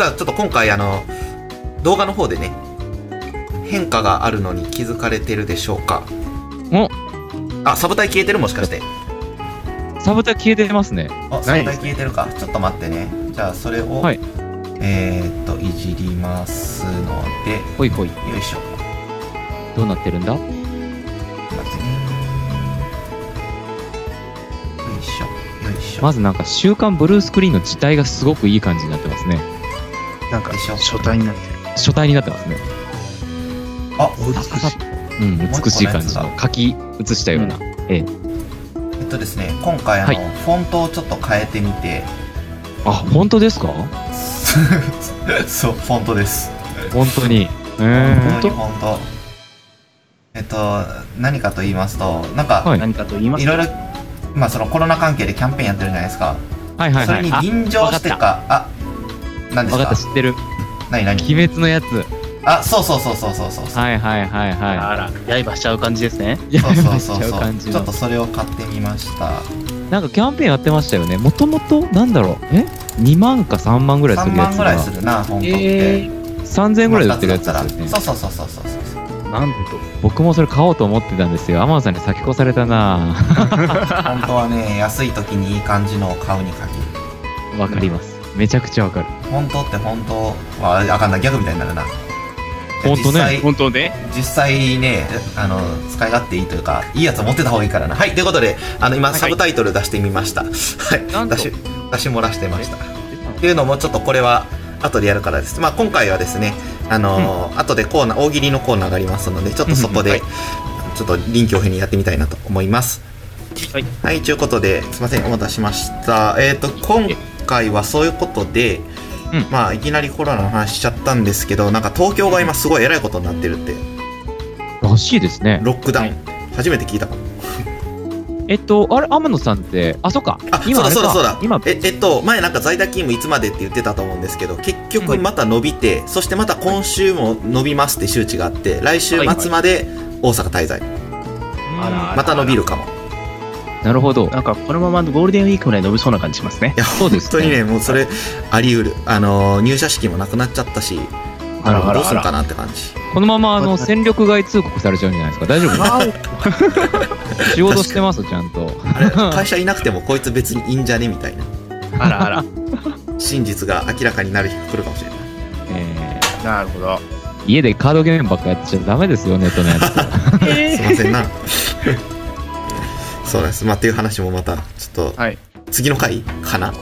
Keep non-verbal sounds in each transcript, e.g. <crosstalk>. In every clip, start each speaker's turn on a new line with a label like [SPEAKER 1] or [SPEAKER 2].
[SPEAKER 1] さあちょっと今回あの動画の方でね変化があるのに気づかれてるでしょうか
[SPEAKER 2] お
[SPEAKER 1] あサブタイ消えてるもしかして
[SPEAKER 2] サブタ消えてますね。
[SPEAKER 1] あサブ
[SPEAKER 2] ない
[SPEAKER 1] タ
[SPEAKER 2] で
[SPEAKER 1] イ
[SPEAKER 2] す
[SPEAKER 1] 消えてるかちょっと待ってねじゃあそれを、
[SPEAKER 2] はい
[SPEAKER 1] えーっといじりますので
[SPEAKER 2] ほいほい。
[SPEAKER 1] よいしょ
[SPEAKER 2] どうなってるんだ
[SPEAKER 1] 待ってねよいしょよいしょ
[SPEAKER 2] まずなんか、週刊ブルースクリーンの字体がすごくいい感じになってますね。
[SPEAKER 3] なんか
[SPEAKER 1] でしょ
[SPEAKER 3] 書体になってる。
[SPEAKER 2] 書体になってますね。
[SPEAKER 1] あ
[SPEAKER 3] 美しい。
[SPEAKER 2] うん、
[SPEAKER 1] う一個
[SPEAKER 2] 美しい感じ
[SPEAKER 1] のや
[SPEAKER 2] の書き写したような。
[SPEAKER 1] えっとですね今回あの、
[SPEAKER 2] はい
[SPEAKER 1] フォントをちょっと変えてみて <laughs>
[SPEAKER 2] あ、本当ですか
[SPEAKER 1] そうフォントです
[SPEAKER 2] 本当に。え
[SPEAKER 1] 本
[SPEAKER 2] ー、
[SPEAKER 1] 当に本当えっと何かと言いますとなんか、
[SPEAKER 2] はい
[SPEAKER 3] 何かと言いま
[SPEAKER 1] い
[SPEAKER 3] す
[SPEAKER 1] ろいろ、まあ、そのコロナ関係でキャンペーンやってるじゃないですか、
[SPEAKER 2] はいはいはい。
[SPEAKER 1] それ
[SPEAKER 2] あ、
[SPEAKER 1] に臨場してかあ何です
[SPEAKER 2] わかった、
[SPEAKER 1] か
[SPEAKER 2] 知ってる。
[SPEAKER 1] 何何
[SPEAKER 2] 鬼滅のやつ。
[SPEAKER 1] あそうそうそうそうそうそうそう
[SPEAKER 2] はいはいはいは
[SPEAKER 3] あら、刃しちゃう感じですね。
[SPEAKER 2] い。や
[SPEAKER 1] そう
[SPEAKER 2] ば
[SPEAKER 1] そう
[SPEAKER 2] いし
[SPEAKER 1] そう
[SPEAKER 2] ちゃう
[SPEAKER 1] そう
[SPEAKER 2] 感じ
[SPEAKER 1] ちょっ
[SPEAKER 2] の
[SPEAKER 1] と。それを買ってみました
[SPEAKER 2] なんかキャンペーンやってましたよね。もともと、なんだろう。え ?2 万か3万ぐらいす
[SPEAKER 1] 3
[SPEAKER 2] るやつ
[SPEAKER 1] 万ぐらい
[SPEAKER 2] が
[SPEAKER 1] す。るな本当って、
[SPEAKER 2] 3000円ぐらいで売ってるやつですよね。
[SPEAKER 1] そうそうそうそうそうそう
[SPEAKER 3] なんと。
[SPEAKER 2] 僕もそれ買おうと思ってたんですよ天野さんに先越されたな
[SPEAKER 1] 本当はね安い時にいい感じのを買うに限る
[SPEAKER 2] ぁわかりますめちゃくちゃわかる
[SPEAKER 1] 本当って本当はああかんなギャグみたいになるな
[SPEAKER 2] 本当ね
[SPEAKER 1] 実際
[SPEAKER 3] 本当ね。
[SPEAKER 1] 実際ねあの使い勝手いいというかいいやつを持ってた方がいいからなはいということであの今
[SPEAKER 3] はいはい
[SPEAKER 1] サブタイトル出してみました、はい
[SPEAKER 3] なんと
[SPEAKER 1] 出し出し漏らしてましたっていうのもちょっとこれは後でやるからですまあ今回はですねあのー後でコーナー大喜利のコーナーがありますのでちょっとそこで、
[SPEAKER 3] うん
[SPEAKER 1] ちょっと臨機応変にやってみたいなと思います
[SPEAKER 3] はい
[SPEAKER 1] はいということですいませんお待たせしましたえっ、と今回はそういうことで、
[SPEAKER 2] うん
[SPEAKER 1] まあいきなりコロナの話しちゃったんですけどなんか東京が今すごいえらいことになってるって
[SPEAKER 2] らしいですね
[SPEAKER 1] ロックダウン、
[SPEAKER 3] はい
[SPEAKER 1] 初めて聞いたかも
[SPEAKER 2] えっとあれ天野さんってあそっか
[SPEAKER 1] あ
[SPEAKER 2] 今あれ
[SPEAKER 1] そうだそうだそうだ
[SPEAKER 2] 今
[SPEAKER 1] ええっと前なんか在宅勤務いつまでって言ってたと思うんですけど結
[SPEAKER 2] は
[SPEAKER 1] 局
[SPEAKER 2] い
[SPEAKER 1] また伸びて、そしてまた今週も伸びますって周知があって来週末まで大阪滞在、
[SPEAKER 3] あらあら
[SPEAKER 1] また伸びるかもい
[SPEAKER 2] なるほど
[SPEAKER 3] なんかこのままゴールデンウィークぐらい伸びそうな感じしますね。
[SPEAKER 1] や
[SPEAKER 2] そうですね
[SPEAKER 1] 本当にねもうそれあり得るあのー入社式もなくなっちゃったし
[SPEAKER 3] あらあらあら
[SPEAKER 1] どうするかなって感じ
[SPEAKER 2] このままあの
[SPEAKER 3] また
[SPEAKER 2] 戦力外通告されちゃうんじゃないですか大丈夫 <laughs> 仕事してますちゃんと
[SPEAKER 1] あ
[SPEAKER 3] <laughs>
[SPEAKER 1] れ会社いなくてもこいつ別にいいんじゃねみたいな
[SPEAKER 3] あらあら。
[SPEAKER 1] 真実が明らかになる日が来るかもし
[SPEAKER 3] <laughs>
[SPEAKER 1] れない
[SPEAKER 2] えー
[SPEAKER 3] なるほど。
[SPEAKER 2] 家でカードゲームばっかやっちゃダメですよネットのや
[SPEAKER 1] <laughs>
[SPEAKER 2] つ
[SPEAKER 1] すいませ
[SPEAKER 3] <laughs>
[SPEAKER 1] んな <laughs> そうなんですまあっていう話もまたちょっと
[SPEAKER 3] はい。
[SPEAKER 1] 次の回かな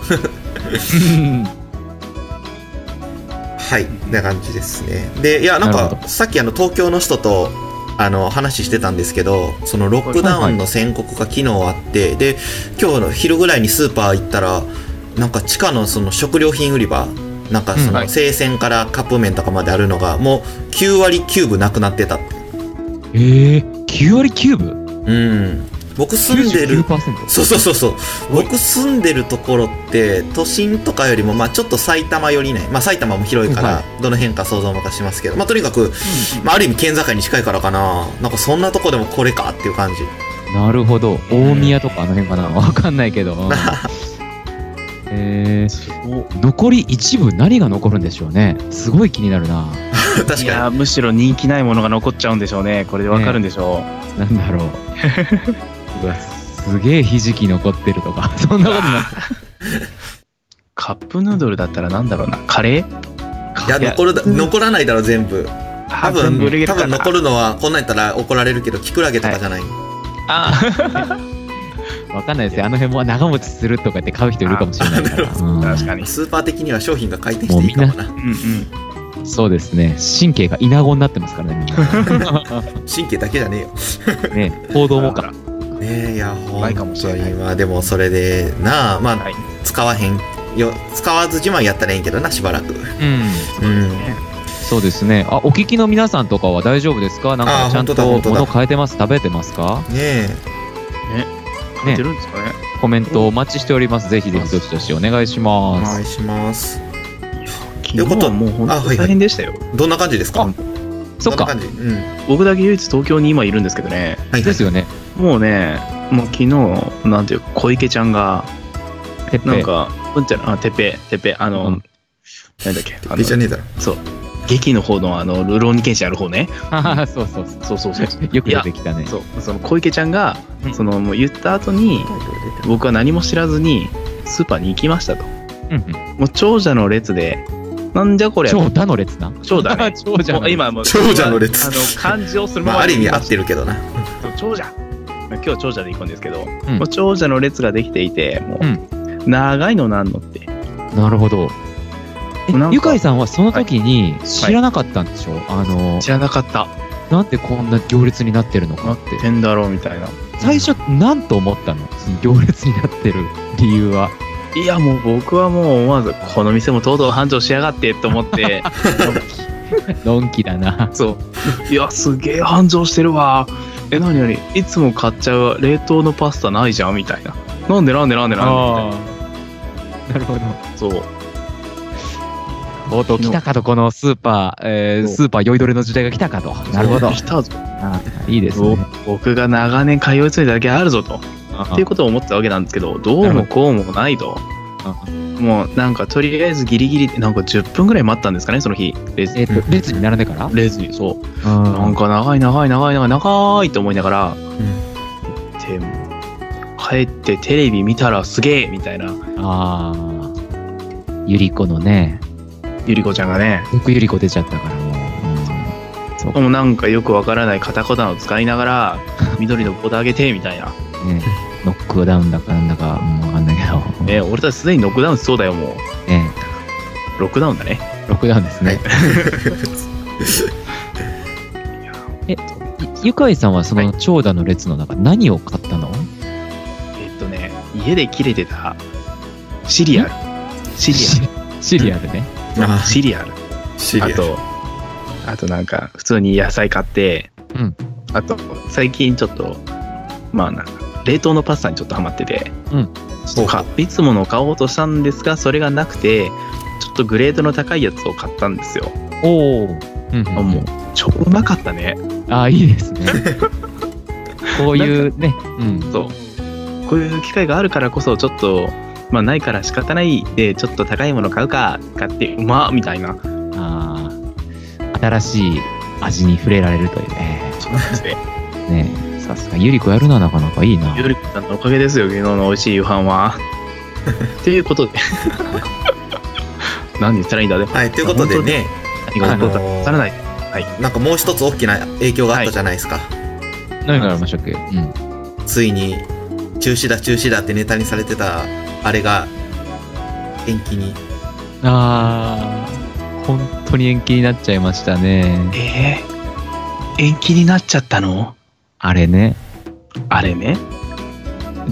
[SPEAKER 1] はい、な感じですね。で、いや、なん
[SPEAKER 2] なるほ
[SPEAKER 1] か、さっきあの、東京の人と、あの、話してたんですけど、そのロックダ
[SPEAKER 2] は
[SPEAKER 1] ウ
[SPEAKER 2] い
[SPEAKER 1] ン
[SPEAKER 2] は
[SPEAKER 1] の宣告が昨日あって、で、今日の昼ぐらいにスーパー行ったら、なんか地下のその食料品売り場、なんかそ
[SPEAKER 2] うんは
[SPEAKER 1] の
[SPEAKER 3] い
[SPEAKER 1] 生鮮からカップ麺とかまであるのが、もう9割9分なくなってたって。
[SPEAKER 2] えー、9割9分
[SPEAKER 1] うん。僕住んでる、
[SPEAKER 2] 99%
[SPEAKER 1] そうそうそうそう。僕住んでるところって、都心とかよりも、まあちょっと埼玉寄りね。まあ埼玉も広いか
[SPEAKER 2] は
[SPEAKER 1] ら、どの辺か想像もかしますけど、まあとにかく、まあある意味県境に近いからかな。なんかそんなとこでもこれかっていう感じ。 <laughs>
[SPEAKER 2] なるほど。大宮とかあの辺かな。わかんないけ
[SPEAKER 1] <laughs>
[SPEAKER 2] ど。うんえー、
[SPEAKER 3] すごい
[SPEAKER 2] 残り一部何が残るんでしょうね。すごい気になるな。
[SPEAKER 1] 確か
[SPEAKER 3] い
[SPEAKER 1] に。
[SPEAKER 3] やーむしろ人気ないものが残っちゃうんでしょうね。これでわかるんでしょ
[SPEAKER 2] なんだろう。うわすげえひじき残ってるとか。 <laughs> そんなことな
[SPEAKER 3] う。カップヌードルだったらなんだろうな。カレー
[SPEAKER 1] いや、残るだ、残らないだろ、全部。多
[SPEAKER 3] 多
[SPEAKER 1] 分、
[SPEAKER 3] ブルゲ
[SPEAKER 1] 多
[SPEAKER 3] ルか
[SPEAKER 1] 分
[SPEAKER 3] な
[SPEAKER 1] 残るのは、こんなんやったら怒られるけど、キクラゲとかじゃない。
[SPEAKER 3] あ
[SPEAKER 2] い。 <laughs> わかんないですよ。あの辺も長持ちするとか言って買う人いるかもしれない
[SPEAKER 1] <laughs>
[SPEAKER 2] から。
[SPEAKER 3] ー
[SPEAKER 2] うん
[SPEAKER 3] 確かに。
[SPEAKER 1] スーパー的には商品が回転していいかもな。
[SPEAKER 3] うんうん。
[SPEAKER 2] そうですね。神経がイナゴになってますからね、みんな。
[SPEAKER 1] 神経だけじゃねえよ。
[SPEAKER 2] ね、
[SPEAKER 1] <laughs>
[SPEAKER 2] 行動もか。
[SPEAKER 1] ねえ、いや、ほ
[SPEAKER 3] ないか
[SPEAKER 1] ん
[SPEAKER 3] もし
[SPEAKER 1] と
[SPEAKER 3] れない
[SPEAKER 1] に。まあでも、それで、なあ、まあ
[SPEAKER 3] はい、
[SPEAKER 1] 使わへん。よ使わず自慢やったらええんけどなしばらく
[SPEAKER 2] うん。
[SPEAKER 1] うん
[SPEAKER 2] そうですね。あ、お聞きの皆さんとかは大丈夫ですかなん
[SPEAKER 1] あ
[SPEAKER 2] か
[SPEAKER 1] ー
[SPEAKER 2] ちゃ
[SPEAKER 1] 本
[SPEAKER 2] ん
[SPEAKER 1] 当だ
[SPEAKER 2] と
[SPEAKER 1] 本当だ
[SPEAKER 2] 物変えてます食べてますか
[SPEAKER 1] ねえ
[SPEAKER 3] 食べてるんですかね。
[SPEAKER 2] コメントお待ちしております。ぜひぜひどしどしお願いし
[SPEAKER 1] お
[SPEAKER 2] ます。
[SPEAKER 1] 願いします
[SPEAKER 3] 昨日はもう本
[SPEAKER 1] あはいは
[SPEAKER 3] 当
[SPEAKER 1] い
[SPEAKER 3] 大変でしたよ。
[SPEAKER 1] どんな感じですか
[SPEAKER 2] あそっ
[SPEAKER 1] ど
[SPEAKER 2] か
[SPEAKER 1] ん。な感じうんはい
[SPEAKER 3] 僕だけ唯一東京に今いるんですけどね。
[SPEAKER 1] はい
[SPEAKER 2] ですよね。
[SPEAKER 3] もうね、もう昨日、なんていうか、小池ちゃんが、
[SPEAKER 2] てっぺ
[SPEAKER 3] なんか、うんちゃら、あ、てっぺ、てっぺ、あの、
[SPEAKER 2] うん
[SPEAKER 3] なんだっけあ
[SPEAKER 1] 出ちゃ
[SPEAKER 3] の
[SPEAKER 1] ねえだろ。
[SPEAKER 3] そう劇の方のあのルローニケンシある方ね
[SPEAKER 2] ああ、そうそうそ
[SPEAKER 3] そうそうそう
[SPEAKER 2] う。よく出てきたね。
[SPEAKER 3] そうその小池ちゃんが
[SPEAKER 2] うん
[SPEAKER 3] そのもう言った後に僕は何も知らずにスーパーに行きましたと
[SPEAKER 2] うんうん。
[SPEAKER 3] もう長者の列でなんじゃこりゃ
[SPEAKER 2] 超他の列な。
[SPEAKER 3] 長
[SPEAKER 1] <laughs>
[SPEAKER 2] <laughs>
[SPEAKER 3] だね
[SPEAKER 2] 長者の列
[SPEAKER 3] もう今もう
[SPEAKER 1] 長者の列
[SPEAKER 3] あの漢字をする
[SPEAKER 1] まあ、ある意味合
[SPEAKER 3] あ
[SPEAKER 1] ってるけどな。
[SPEAKER 3] 長者今日は長者で行くんですけど、
[SPEAKER 2] ん
[SPEAKER 3] もう長者の列ができていてもう、
[SPEAKER 2] うん
[SPEAKER 3] 長いのなんのって
[SPEAKER 2] なるほど。え
[SPEAKER 3] なんか
[SPEAKER 2] ゆかいさんはその時に知らなかったんでしょ、あの、
[SPEAKER 3] 知らなかった
[SPEAKER 2] なんでこんな行列になってるのか
[SPEAKER 3] な
[SPEAKER 2] っ。
[SPEAKER 3] っててんだろうみたいな
[SPEAKER 2] 最初、なんと思ったのその行列になってる理由
[SPEAKER 3] <laughs>
[SPEAKER 2] は。
[SPEAKER 3] いやもう僕はもう思わずこの店もとうとう繁盛しやがってと思って <laughs>
[SPEAKER 2] ドンキだな。
[SPEAKER 3] そういやすげえ繁盛してるわえ何何いつも買っちゃう冷凍のパスタないじゃんみたいななんでなんでなんでなんで
[SPEAKER 2] あ。な
[SPEAKER 3] みたいな
[SPEAKER 2] るほど。
[SPEAKER 3] そう
[SPEAKER 2] とうとう来たかと、このスーパー、えー
[SPEAKER 3] そう
[SPEAKER 2] スーパー酔いどれの時代が来たかと。なるほど。
[SPEAKER 3] 来たぞ
[SPEAKER 2] あいいですね。
[SPEAKER 3] 僕が長年通い詰めただけあるぞとっていうことを思ってたわけなんですけどどうもこうもないと
[SPEAKER 2] あ
[SPEAKER 3] もうなんかとりあえずギリギリなんか10分ぐらい待ったんですかねその日レズ
[SPEAKER 2] えっ、と、列に並んでから
[SPEAKER 3] レズにそうな
[SPEAKER 2] なん
[SPEAKER 3] か長い長い長い長い長いと思いながら、で帰ってテレビ見たらすげえみたいな
[SPEAKER 2] ああ。ゆり子のね、
[SPEAKER 3] ゆりこちゃんがね
[SPEAKER 2] 僕ゆり子出ちゃったからも <laughs> う。
[SPEAKER 3] もうなんかよくわからない片言を使いなが <laughs> ら緑のボタン上げてみたいな、
[SPEAKER 2] うんね、ノックダウンだかなんだか、うん、わかんないけど。
[SPEAKER 3] ね、俺たちすでにノックダウンしそうだよも
[SPEAKER 2] ね
[SPEAKER 3] うロックダウンだね
[SPEAKER 2] ロックダウンですね。ゆかいさんはその長蛇の列の中、何を買ったの
[SPEAKER 3] えっとね家で切れてたシリアルシリ
[SPEAKER 2] シシリアルね。
[SPEAKER 3] アル
[SPEAKER 1] あ
[SPEAKER 3] シリアル
[SPEAKER 1] シリア
[SPEAKER 3] あ
[SPEAKER 1] ル。
[SPEAKER 3] とあとなんか普通に野菜買って、
[SPEAKER 2] うん
[SPEAKER 3] あと最近ちょっとまあなんか冷凍のパスタにちょっとハマってて、
[SPEAKER 2] うん
[SPEAKER 3] ちょっとかいつものを買おうとしたんですがそれがなくてちょっとグレードの高いやつを買ったんですよ、
[SPEAKER 2] おお。うんうん
[SPEAKER 3] あもう超うまかったね
[SPEAKER 2] ああ、いいです <laughs> ね。こういうね、うん。
[SPEAKER 3] そうこういう機会があるからこそちょっとまあないから仕方ないでちょっと高いもの買うか買ってうまっみたいな
[SPEAKER 2] ああ、新しい味に触れられるというね。
[SPEAKER 3] そうなんですね
[SPEAKER 2] ねさすが、ゆり子やるな、なかなかいいな。
[SPEAKER 3] ゆりこさんのおかげですよ昨日の美味しい夕
[SPEAKER 1] <laughs>
[SPEAKER 3] 飯はっていうことで何言ったらいいんだでも
[SPEAKER 1] はい、ということでね、
[SPEAKER 3] 何が起こったか分からない
[SPEAKER 1] なんかもう一つ大きな影響があったじゃないですか。
[SPEAKER 2] 何がありましたっけうん。
[SPEAKER 1] ついに、中止だ中止だってネタにされてた、あれが、延期に。
[SPEAKER 2] ああ、本当に延期になっちゃいましたね。
[SPEAKER 3] えー、延期になっちゃったの
[SPEAKER 2] あれね。
[SPEAKER 3] あれね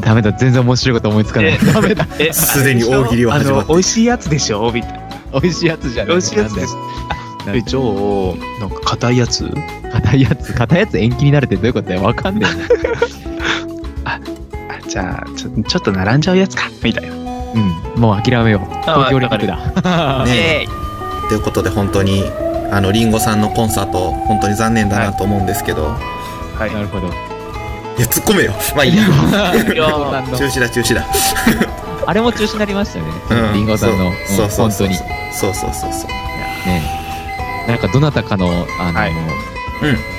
[SPEAKER 2] ダメだ、全然面白いこと思いつかない。ダメだ、
[SPEAKER 3] え
[SPEAKER 1] すでに大喜利は始まってる
[SPEAKER 3] あの美味しいやつでしょみたいな
[SPEAKER 2] 美味しいやつじゃない。
[SPEAKER 3] 美味しいやつでし
[SPEAKER 2] なんだ
[SPEAKER 3] ょ
[SPEAKER 2] よ
[SPEAKER 3] じゃあなんか硬いやつ
[SPEAKER 2] 硬いやつ、硬いやつ延期になるってどういうことだよ。わかんね
[SPEAKER 3] あじゃあちょちょっと並んじゃうやつかみたいな
[SPEAKER 2] え。うん。もう諦めよう。東京オリンピックだ。
[SPEAKER 1] ね
[SPEAKER 3] え
[SPEAKER 1] ということで、本当に、あの、リンゴさんのコンサート、本当に残念だなと思うんですけど、
[SPEAKER 3] はい
[SPEAKER 2] なるほど。
[SPEAKER 1] いや、突っ込めよ。まあいいや。
[SPEAKER 3] いや
[SPEAKER 1] 中止だ中止だ。
[SPEAKER 2] あれも中止になりましたよね。
[SPEAKER 1] うん
[SPEAKER 2] リンゴさんの。
[SPEAKER 1] そううんそう
[SPEAKER 2] 本
[SPEAKER 1] そ
[SPEAKER 2] 当
[SPEAKER 1] う
[SPEAKER 2] に。
[SPEAKER 1] そうそうそうそう。
[SPEAKER 2] ねなんかどなたかの、あの、
[SPEAKER 3] はい
[SPEAKER 1] うん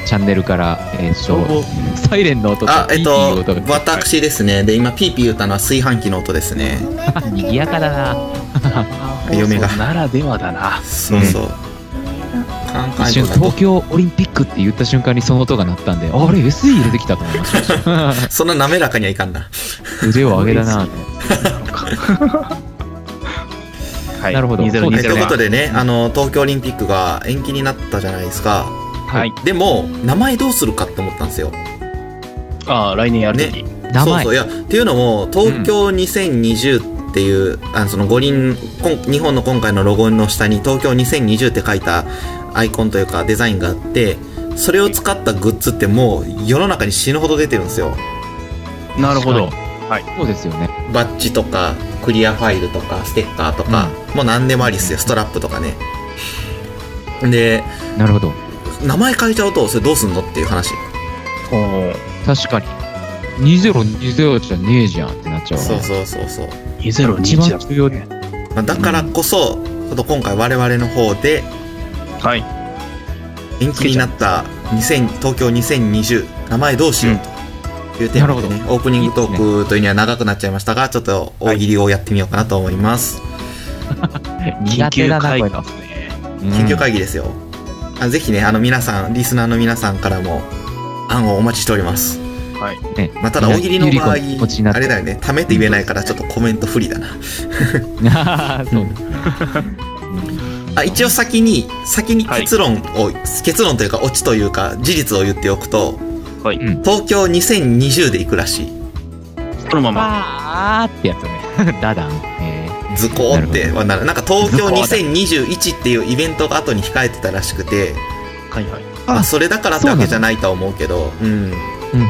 [SPEAKER 2] チャンネルから、えー、
[SPEAKER 1] 消防
[SPEAKER 2] と、サイレンの音と
[SPEAKER 1] あ、えっと
[SPEAKER 2] ピーピー音、が
[SPEAKER 1] 私ですね。で、今、ピーピー言ったのは炊飯器の音ですね。
[SPEAKER 2] 賑やかだな。
[SPEAKER 1] 嫁が
[SPEAKER 3] ならではだな
[SPEAKER 1] そうそう。カンカン
[SPEAKER 2] 一瞬、東京オリンピックって言った瞬間にその音が鳴ったんで、あれ、SE 入れてきたと思いま
[SPEAKER 1] <laughs>
[SPEAKER 2] した。
[SPEAKER 1] そんな滑らかにはいかんな。
[SPEAKER 2] 腕を上げだな。
[SPEAKER 3] はい
[SPEAKER 2] なるほど
[SPEAKER 3] 2020
[SPEAKER 1] はい
[SPEAKER 2] いい
[SPEAKER 1] と
[SPEAKER 2] じ
[SPEAKER 1] い
[SPEAKER 2] ゃな
[SPEAKER 1] う
[SPEAKER 2] い
[SPEAKER 1] ことでね、あの、東京オリンピックが延期になったじゃないですか。
[SPEAKER 3] はい
[SPEAKER 1] でも、名前どうするかって思ったんですよ。
[SPEAKER 3] ああ来年やるべき
[SPEAKER 2] 名
[SPEAKER 1] そう
[SPEAKER 2] 前
[SPEAKER 1] そう。い。や、っていうのも、東京2020っていう、あの、その五輪、こん日本の今回のロゴの下に、東京2020って書いたアイコンというかデザインがあって、それを使ったグッズってもう世の中に死ぬほど出てるんですよ。
[SPEAKER 3] なるほど
[SPEAKER 2] そうですよね。
[SPEAKER 1] バッジとかクリアファイルとかステッカーとか、もう何でもありっすよストラップとかねで
[SPEAKER 2] なるほど。
[SPEAKER 1] 名前変えちゃうとそれどうすんのっていう話
[SPEAKER 3] おー
[SPEAKER 2] 確かに。2020じゃねえじゃんってなっちゃうわね。
[SPEAKER 1] そうそうそうそう、
[SPEAKER 3] 2021
[SPEAKER 2] 一番重要
[SPEAKER 3] だ
[SPEAKER 1] まあ、だからこそ、今こと今回我々の方で
[SPEAKER 3] はい。
[SPEAKER 1] 延期になった2000東京2020名前どうしようというテーマで
[SPEAKER 2] な
[SPEAKER 1] ね、オープニングトークというには長くなっちゃいましたがちょっと大喜利をやってみようかなと思います、
[SPEAKER 2] 苦手だなこういうの
[SPEAKER 3] ですね。
[SPEAKER 1] 緊急会議ですよあぜひねあの皆さんリスナーの皆さんからも案をお待ちしております、
[SPEAKER 3] はい。
[SPEAKER 2] ね
[SPEAKER 1] まあ、ただ大喜利の場合
[SPEAKER 2] ゆり子こっちになって
[SPEAKER 1] あれだよねためて言えないからちょっとコメント不利だな
[SPEAKER 2] あー <laughs> そうですね
[SPEAKER 1] あ一応先に先に結論を、結論というかオチというか事実を言っておくと
[SPEAKER 3] はい。
[SPEAKER 2] うん
[SPEAKER 1] 東京2020で行くらしい
[SPEAKER 3] そのまま。
[SPEAKER 2] あーってやつね <laughs> ダダンえ
[SPEAKER 1] 図工ってはなるなんか東京2021っていうイベントが後に控えてたらしくて
[SPEAKER 3] はいはい。
[SPEAKER 1] まあ
[SPEAKER 2] あ
[SPEAKER 1] それだからってわけじゃないとは思うけどうん、
[SPEAKER 2] ーうんう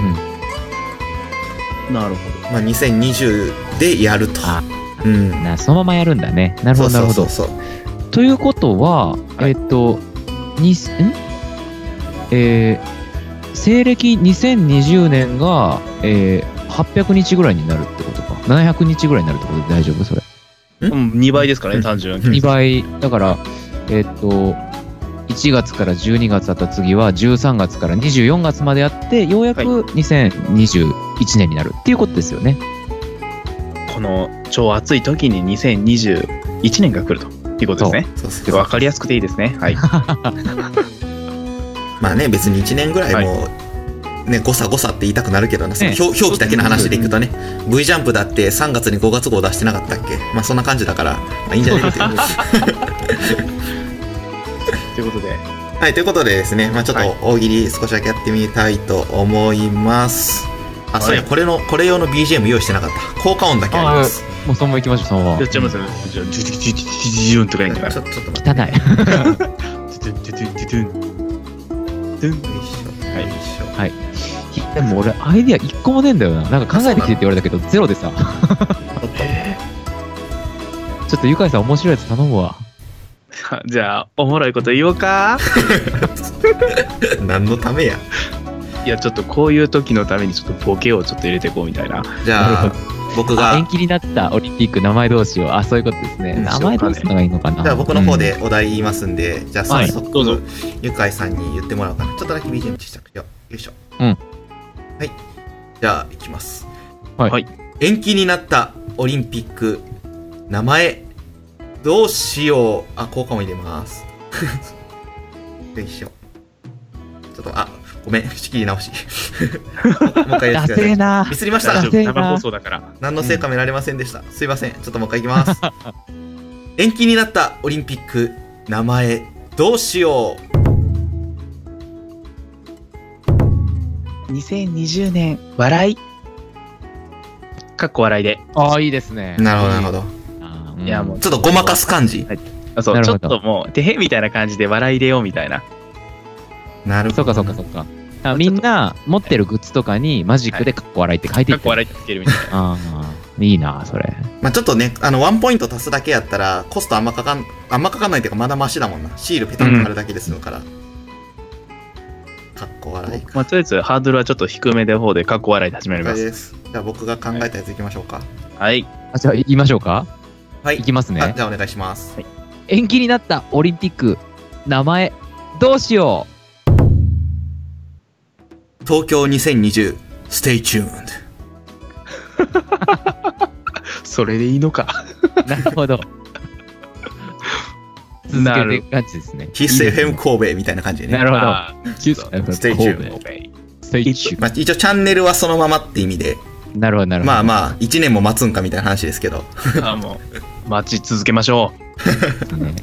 [SPEAKER 2] ん
[SPEAKER 3] なるほど。
[SPEAKER 1] まあ、2020でやると
[SPEAKER 2] あ
[SPEAKER 1] うん
[SPEAKER 2] なそのままやるんだねなるほ
[SPEAKER 1] そう
[SPEAKER 2] どな
[SPEAKER 1] そう
[SPEAKER 2] るほ
[SPEAKER 1] そう
[SPEAKER 2] ど
[SPEAKER 1] そう
[SPEAKER 2] ということは、
[SPEAKER 1] はい
[SPEAKER 2] えっとにんえー西暦2020年が、えー800日ぐらいになるってことか700日ぐらいになるってことで大丈夫それ
[SPEAKER 3] うん、2倍ですから
[SPEAKER 1] うん
[SPEAKER 3] ね、単純
[SPEAKER 1] うん
[SPEAKER 3] に。
[SPEAKER 2] 2倍だからえっと1月から12月だった次は13月から24月までやってようやく
[SPEAKER 3] はい
[SPEAKER 2] 2021年になるっていうことですよね、
[SPEAKER 3] この超暑い時に2021年が来るということですね。
[SPEAKER 1] そうそうそう
[SPEAKER 3] わかりやすくていいですね。
[SPEAKER 1] <laughs>
[SPEAKER 3] はい。
[SPEAKER 1] まあね別に1年ぐらいもう、ね、誤差誤差って言いたくなるけどな、その
[SPEAKER 2] ね
[SPEAKER 1] 表表記だけの話でいくとね、V ジャンプだって3月に5月号出してなかったっけまあそんな感じだから、まあいいんじゃないですか。
[SPEAKER 3] ということで、
[SPEAKER 1] はい、ということでですね、まあちょっ
[SPEAKER 3] は
[SPEAKER 1] と
[SPEAKER 3] い
[SPEAKER 1] 大喜利少しだけやってみたいと思います。あ、
[SPEAKER 3] い
[SPEAKER 1] そうや、これの、これ用の BGM 用意してなかった。効果音だけあります。
[SPEAKER 2] もうそのままいきましょうそのまま
[SPEAKER 3] やっちゃいますよね。じゃあ、ジュジュジュジュジュンとかいいんじゃない
[SPEAKER 1] ちょちょっと待って。
[SPEAKER 2] 汚い
[SPEAKER 3] ドゥドゥドゥドゥドゥンドゥン
[SPEAKER 1] よいしょ
[SPEAKER 3] はい
[SPEAKER 1] よいしょ
[SPEAKER 2] でも俺アイディア一個もねえんだよななんか考えてきてって言われたけどゼロでさちょっとゆかいさん面白いやつ頼むわ
[SPEAKER 3] はじゃあ、おもろいこと言おうか。
[SPEAKER 1] 何のためや。
[SPEAKER 3] いや、ちょっとこういう時のために、ちょっとボケをちょっと入れていこうみたいな。
[SPEAKER 1] じゃ
[SPEAKER 2] な
[SPEAKER 1] あ
[SPEAKER 2] る、
[SPEAKER 1] 僕
[SPEAKER 2] あ
[SPEAKER 1] が
[SPEAKER 2] 延、期になったオリンピック名前同士をあそういうことですね
[SPEAKER 1] うん
[SPEAKER 2] 名前どうするのがいいのかな
[SPEAKER 1] じゃあ僕の方でお題言いますんで、じゃあ早速、
[SPEAKER 3] はいどうぞ
[SPEAKER 1] ゆかいさんに言ってもらおうかな。ちょっとだけ BGM 小さくしよう。よいしょ。
[SPEAKER 2] うん
[SPEAKER 1] はい。じゃあ、いきます。
[SPEAKER 2] はい
[SPEAKER 3] はい
[SPEAKER 1] 延期になったオリンピック、名前、どうしよう。あ、効果も入れます。 <laughs> よいしょ。ちょっと、あ、ごめん。仕切り直し。 <laughs> もう一回や
[SPEAKER 2] ダ <laughs>
[SPEAKER 1] ってくださ
[SPEAKER 2] セー
[SPEAKER 1] い。
[SPEAKER 2] な
[SPEAKER 1] ミスりまし
[SPEAKER 3] 大
[SPEAKER 1] た
[SPEAKER 3] 丈。夫生放送だから。
[SPEAKER 1] 何の成果も得られませんでした、すいませんちょっともう一回いきます <laughs> 延期になったオリンピック名前どうしよう
[SPEAKER 3] 2020年、笑い。かっこ笑いで。
[SPEAKER 2] ああいいですね
[SPEAKER 1] なるほどなるほど
[SPEAKER 2] ど
[SPEAKER 3] いやもう
[SPEAKER 1] ちょっとごまかす感じ
[SPEAKER 3] あそ
[SPEAKER 2] な
[SPEAKER 3] う、
[SPEAKER 2] る
[SPEAKER 3] ちょ
[SPEAKER 2] ほ
[SPEAKER 3] っ
[SPEAKER 2] ど
[SPEAKER 3] ともう、てへみたいな感じで笑い入れようみたいな。
[SPEAKER 1] なる
[SPEAKER 2] そ
[SPEAKER 1] ほ
[SPEAKER 2] うか
[SPEAKER 1] ど
[SPEAKER 2] そうかそうかあみんな持ってるグッズとかにマジックでかっこ笑いって書いて
[SPEAKER 3] か
[SPEAKER 2] い
[SPEAKER 3] っこ笑いってつけるみたいな。
[SPEAKER 2] ああいいなそれ
[SPEAKER 1] まあちょっとねあのワンポイント足すだけやったらコストあんまかかんあんまかかんないっていうかまだマシだもんなシールペタンと貼るだけで済むから、かっこ笑い
[SPEAKER 3] まあ、とりあえず、ハードルはちょっと低めで方で、かっこ笑いで始め
[SPEAKER 1] 了解
[SPEAKER 3] ます。
[SPEAKER 1] ですじゃあ僕が考えたやついきましょうか
[SPEAKER 3] はい。
[SPEAKER 2] あじゃあ行きましょうか
[SPEAKER 1] はい
[SPEAKER 2] 行きますね
[SPEAKER 1] あじゃあお願いします
[SPEAKER 2] 延期になったオリンピック名前どうしよ
[SPEAKER 1] 東京2020 Stay tuned
[SPEAKER 3] それでいいのか。
[SPEAKER 2] うなるほど続
[SPEAKER 3] な
[SPEAKER 2] けて
[SPEAKER 3] る
[SPEAKER 2] いく感じですね
[SPEAKER 1] 必須 FM 神戸みたいな感じでね
[SPEAKER 2] なるほど
[SPEAKER 3] あ
[SPEAKER 2] ス
[SPEAKER 1] Stay tuned
[SPEAKER 2] ステイチュー
[SPEAKER 1] まあ、一応チャンネルはそのままって意味で、
[SPEAKER 2] なるほどなるほど
[SPEAKER 1] まあまあ、1年も待つんかみたいな話ですけど、
[SPEAKER 3] ーあー、もう、待ち続けましょ
[SPEAKER 2] あね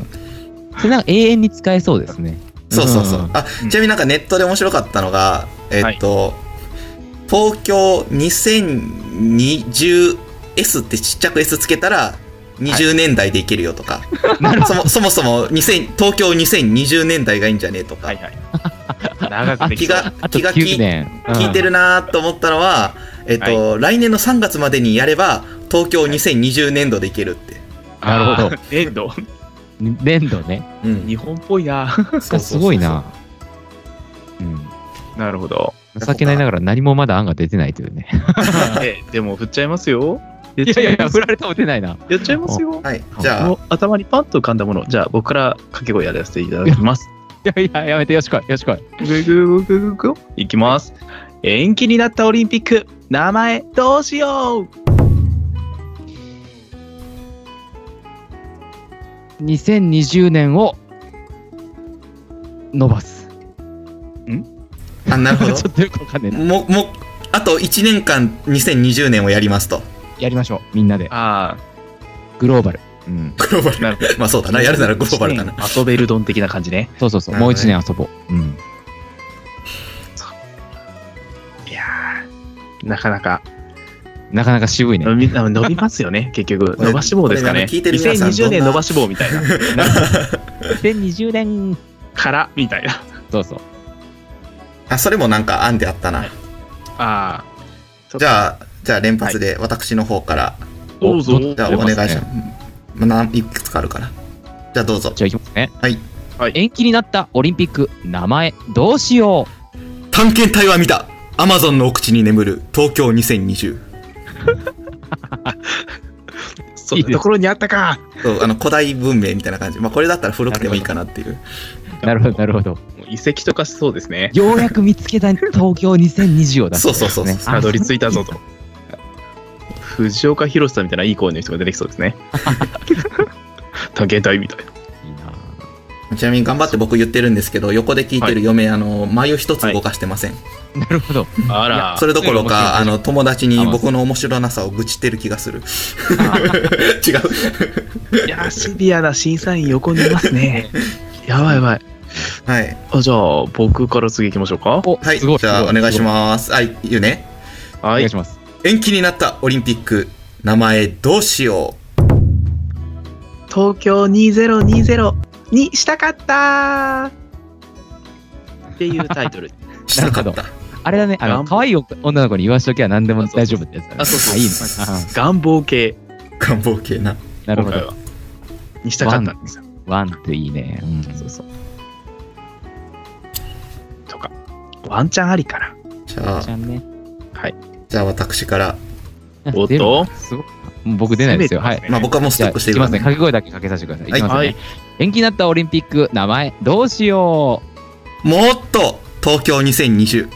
[SPEAKER 2] それなんか永遠に使えそうですね。
[SPEAKER 1] そうそうそううんあ、ちなみになんかネットで面白かったのが、えっと、東京 2020S ってちっちゃく S つけたら、20年代でいけるよとか、そもそもそも2000東京2020年代がいいんじゃねえと
[SPEAKER 3] う。
[SPEAKER 1] か、
[SPEAKER 3] はいはい。長くで
[SPEAKER 1] 気
[SPEAKER 3] きそう
[SPEAKER 1] が
[SPEAKER 2] あと
[SPEAKER 1] 気が利
[SPEAKER 2] 9年
[SPEAKER 1] 聞いて
[SPEAKER 2] る
[SPEAKER 1] るなーと思ったのは、えっと、来年の3月までにやれば、東京2020年度でいけるって。
[SPEAKER 2] なるほど
[SPEAKER 3] あーエンド。
[SPEAKER 2] 年度ね
[SPEAKER 1] うん
[SPEAKER 3] 日本っぽいな。
[SPEAKER 1] そうそうそう
[SPEAKER 2] すごいなうん
[SPEAKER 3] な <laughs> るほど。
[SPEAKER 2] 情けないながら何もまだ案が出てないというね
[SPEAKER 3] えでも振っちゃいますよ。やっ
[SPEAKER 2] い
[SPEAKER 3] ち
[SPEAKER 2] や
[SPEAKER 3] ゃ
[SPEAKER 2] い
[SPEAKER 3] い
[SPEAKER 2] や、
[SPEAKER 3] ます
[SPEAKER 2] <laughs> 振られたことないな。
[SPEAKER 3] やっちゃいますよ。
[SPEAKER 1] はい。じゃ
[SPEAKER 3] も
[SPEAKER 1] あ
[SPEAKER 3] う、頭にパッと浮かんだもの、じゃあ僕から掛け声やらせていただきます。
[SPEAKER 2] いやいや、やめて、よしこい、よしこい。
[SPEAKER 3] ぐぐぐぐぐぐいきます。延期になったオリンピック、名前どうしよう
[SPEAKER 2] 2020年を伸ばす。
[SPEAKER 1] あ、なるほ
[SPEAKER 2] <laughs> ちょ
[SPEAKER 1] ど。
[SPEAKER 2] っとよくわかんねえな。
[SPEAKER 1] も、も、あと1年間2020年をやりますと。
[SPEAKER 2] やりましょう、みんなで。
[SPEAKER 3] あ
[SPEAKER 2] グローバル。
[SPEAKER 3] あ、うん。
[SPEAKER 1] グローバル。
[SPEAKER 3] <laughs> なるほど。
[SPEAKER 1] <laughs> まあそうだな。やるならグローバルだな。
[SPEAKER 3] 一年遊べる丼的な感じね。
[SPEAKER 2] そうそうそう、
[SPEAKER 1] なる
[SPEAKER 2] も
[SPEAKER 1] ほ
[SPEAKER 2] う
[SPEAKER 1] ど
[SPEAKER 2] 一
[SPEAKER 1] ね
[SPEAKER 2] 年遊ぼう。うん。
[SPEAKER 3] いやーなかなか
[SPEAKER 2] なかなか渋いね。
[SPEAKER 3] 伸びあ伸びますよね、 <laughs> 結局。
[SPEAKER 1] これ
[SPEAKER 3] 伸ばし棒ですかね。
[SPEAKER 1] これね聞いてる皆さんど
[SPEAKER 3] 2020年
[SPEAKER 1] んな
[SPEAKER 3] 伸ばし棒みたいな。
[SPEAKER 1] <laughs>
[SPEAKER 2] 2020年。
[SPEAKER 3] から、みたいな。
[SPEAKER 2] そうそう。
[SPEAKER 1] あ、それもなんか案であったな
[SPEAKER 3] はい。ああ。
[SPEAKER 1] じゃあ、じゃあ連発で私の方から、
[SPEAKER 3] どうぞ
[SPEAKER 2] ど
[SPEAKER 1] じゃあお
[SPEAKER 2] 出ます
[SPEAKER 1] 願
[SPEAKER 2] ね
[SPEAKER 1] いします。まあなんいくつかあるから。じゃあどうぞ。
[SPEAKER 2] じゃあ行きますね。
[SPEAKER 1] はい。
[SPEAKER 3] はい
[SPEAKER 2] 延期になったオリンピック、名前、どうしよう。
[SPEAKER 1] 探検隊は見たアマゾンの奥地に眠る東京2020。
[SPEAKER 3] そんなところにあったか。
[SPEAKER 1] そう、あの、古代文明みたいな感じ。まあこれだったら古くてもいいかなっていう。
[SPEAKER 2] なるほど、なるほど。
[SPEAKER 3] もう遺跡とかしそうですね。
[SPEAKER 2] ようやく見つけた東京2020を出す。
[SPEAKER 1] そうそうそうそう。
[SPEAKER 2] あ
[SPEAKER 3] たどり着いたぞと。藤岡弘さんみたいないい声の人が出てきそうです <laughs> ね。探検隊みたいな。
[SPEAKER 2] いいなぁ
[SPEAKER 1] ちなみに頑張って僕言ってるんですけど、横で聞いてる嫁、あの、眉一つ動かしてません。
[SPEAKER 2] なるほど。
[SPEAKER 3] あ
[SPEAKER 2] い
[SPEAKER 3] ら
[SPEAKER 2] や
[SPEAKER 1] それどころか、あの、友達に
[SPEAKER 2] あまあ
[SPEAKER 1] 僕の面白なさを愚痴ってる気がする。 <laughs> 違う。
[SPEAKER 3] いや、シビアな審査員横にいますね。やばいやばい。
[SPEAKER 1] はい。
[SPEAKER 3] あじゃあ、僕から次行きましょうか。
[SPEAKER 2] お、
[SPEAKER 1] はい。
[SPEAKER 2] すごい。
[SPEAKER 1] じゃあ、お願いします。はい、言うね。
[SPEAKER 2] お
[SPEAKER 3] は
[SPEAKER 2] 願
[SPEAKER 3] い
[SPEAKER 2] いし。ます。
[SPEAKER 1] 延期になったオリンピック、名前どうしよ
[SPEAKER 3] 東京2020にしたかったーっていうタ
[SPEAKER 2] <laughs>
[SPEAKER 3] イトル。
[SPEAKER 1] う。したかった。
[SPEAKER 2] あれだね、あ
[SPEAKER 3] 願
[SPEAKER 2] の、
[SPEAKER 3] 望
[SPEAKER 2] 可愛い女の子に言わしときゃ何でも大丈夫ってやつだね。
[SPEAKER 3] あそうそう
[SPEAKER 2] あいいね
[SPEAKER 3] 願望系、
[SPEAKER 1] 願望系な。
[SPEAKER 2] あなる
[SPEAKER 3] 今
[SPEAKER 2] ほ
[SPEAKER 3] 回
[SPEAKER 2] ど。
[SPEAKER 3] は。にしたかったんですよ。
[SPEAKER 2] ワンっていいね。うん。
[SPEAKER 3] そうそう。とか、ワンチャンありかな。
[SPEAKER 1] じゃあ
[SPEAKER 2] ち、ゃんね。
[SPEAKER 1] じゃあ私から。
[SPEAKER 3] おっ
[SPEAKER 2] 出る
[SPEAKER 3] と
[SPEAKER 2] すごい。もう僕出ないですよ。はい。
[SPEAKER 1] まあ僕はもうス
[SPEAKER 2] じ
[SPEAKER 1] ト
[SPEAKER 2] ゃあ、
[SPEAKER 1] ッ
[SPEAKER 2] い
[SPEAKER 1] クして
[SPEAKER 2] き
[SPEAKER 1] る
[SPEAKER 2] ま
[SPEAKER 1] か
[SPEAKER 2] す
[SPEAKER 1] らね。
[SPEAKER 2] ね。掛け声だけかけさせてください。いきますね。
[SPEAKER 3] はい
[SPEAKER 2] 延期になったオリンピック、名前、どうしよう。
[SPEAKER 1] もっと、東京2020。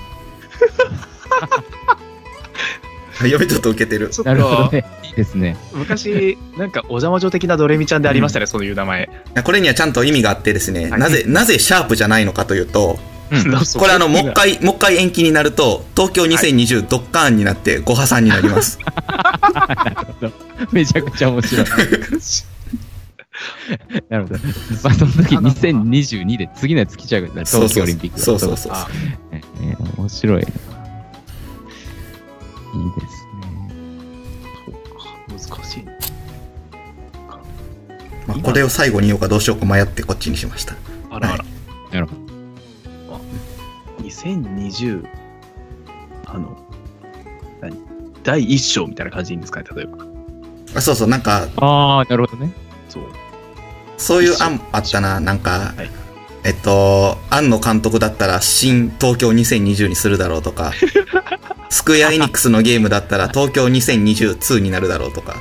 [SPEAKER 1] 嫁ちょっと受けてる。
[SPEAKER 3] ちょっ
[SPEAKER 2] なるほど
[SPEAKER 3] と、
[SPEAKER 2] ね。いいですね。
[SPEAKER 3] 昔、なんかお邪魔女的なドレミちゃんでありましたね、そういう名前。
[SPEAKER 1] これにはちゃんと意味があってですね、
[SPEAKER 3] はい
[SPEAKER 1] なぜ、なぜシャープじゃないのかというと、
[SPEAKER 3] <laughs> こ
[SPEAKER 1] これあの、もう一回、もう一回延期になると、東京2020ドッカーンになって、ご破産になります。
[SPEAKER 2] <laughs> めちゃくちゃ面白い。なるほど。まあ、その時2022で次のやつ来ちゃうから、東京オリンピックだ
[SPEAKER 1] そうそうそう。
[SPEAKER 3] あ
[SPEAKER 2] ね面白いな。いいですね。
[SPEAKER 3] 難しい。
[SPEAKER 1] まあ、これを最後に言おうかどうしようか迷ってこっちにしました。
[SPEAKER 3] あらあ
[SPEAKER 1] は
[SPEAKER 3] ら。
[SPEAKER 2] なるほ
[SPEAKER 3] あ2020、あの、何第一章みたいな感じでいいんですかね、例えば。
[SPEAKER 1] あそうそう、なんか、
[SPEAKER 2] ああ、なるほどね。
[SPEAKER 3] そう。
[SPEAKER 1] そういう案あったな、なんか、
[SPEAKER 3] はい
[SPEAKER 1] えっと、庵野監督だったら、新東京2020にするだろうと
[SPEAKER 2] <laughs>
[SPEAKER 1] か、スクエアエニックスのゲームだったら、東京2022になるだろうとか、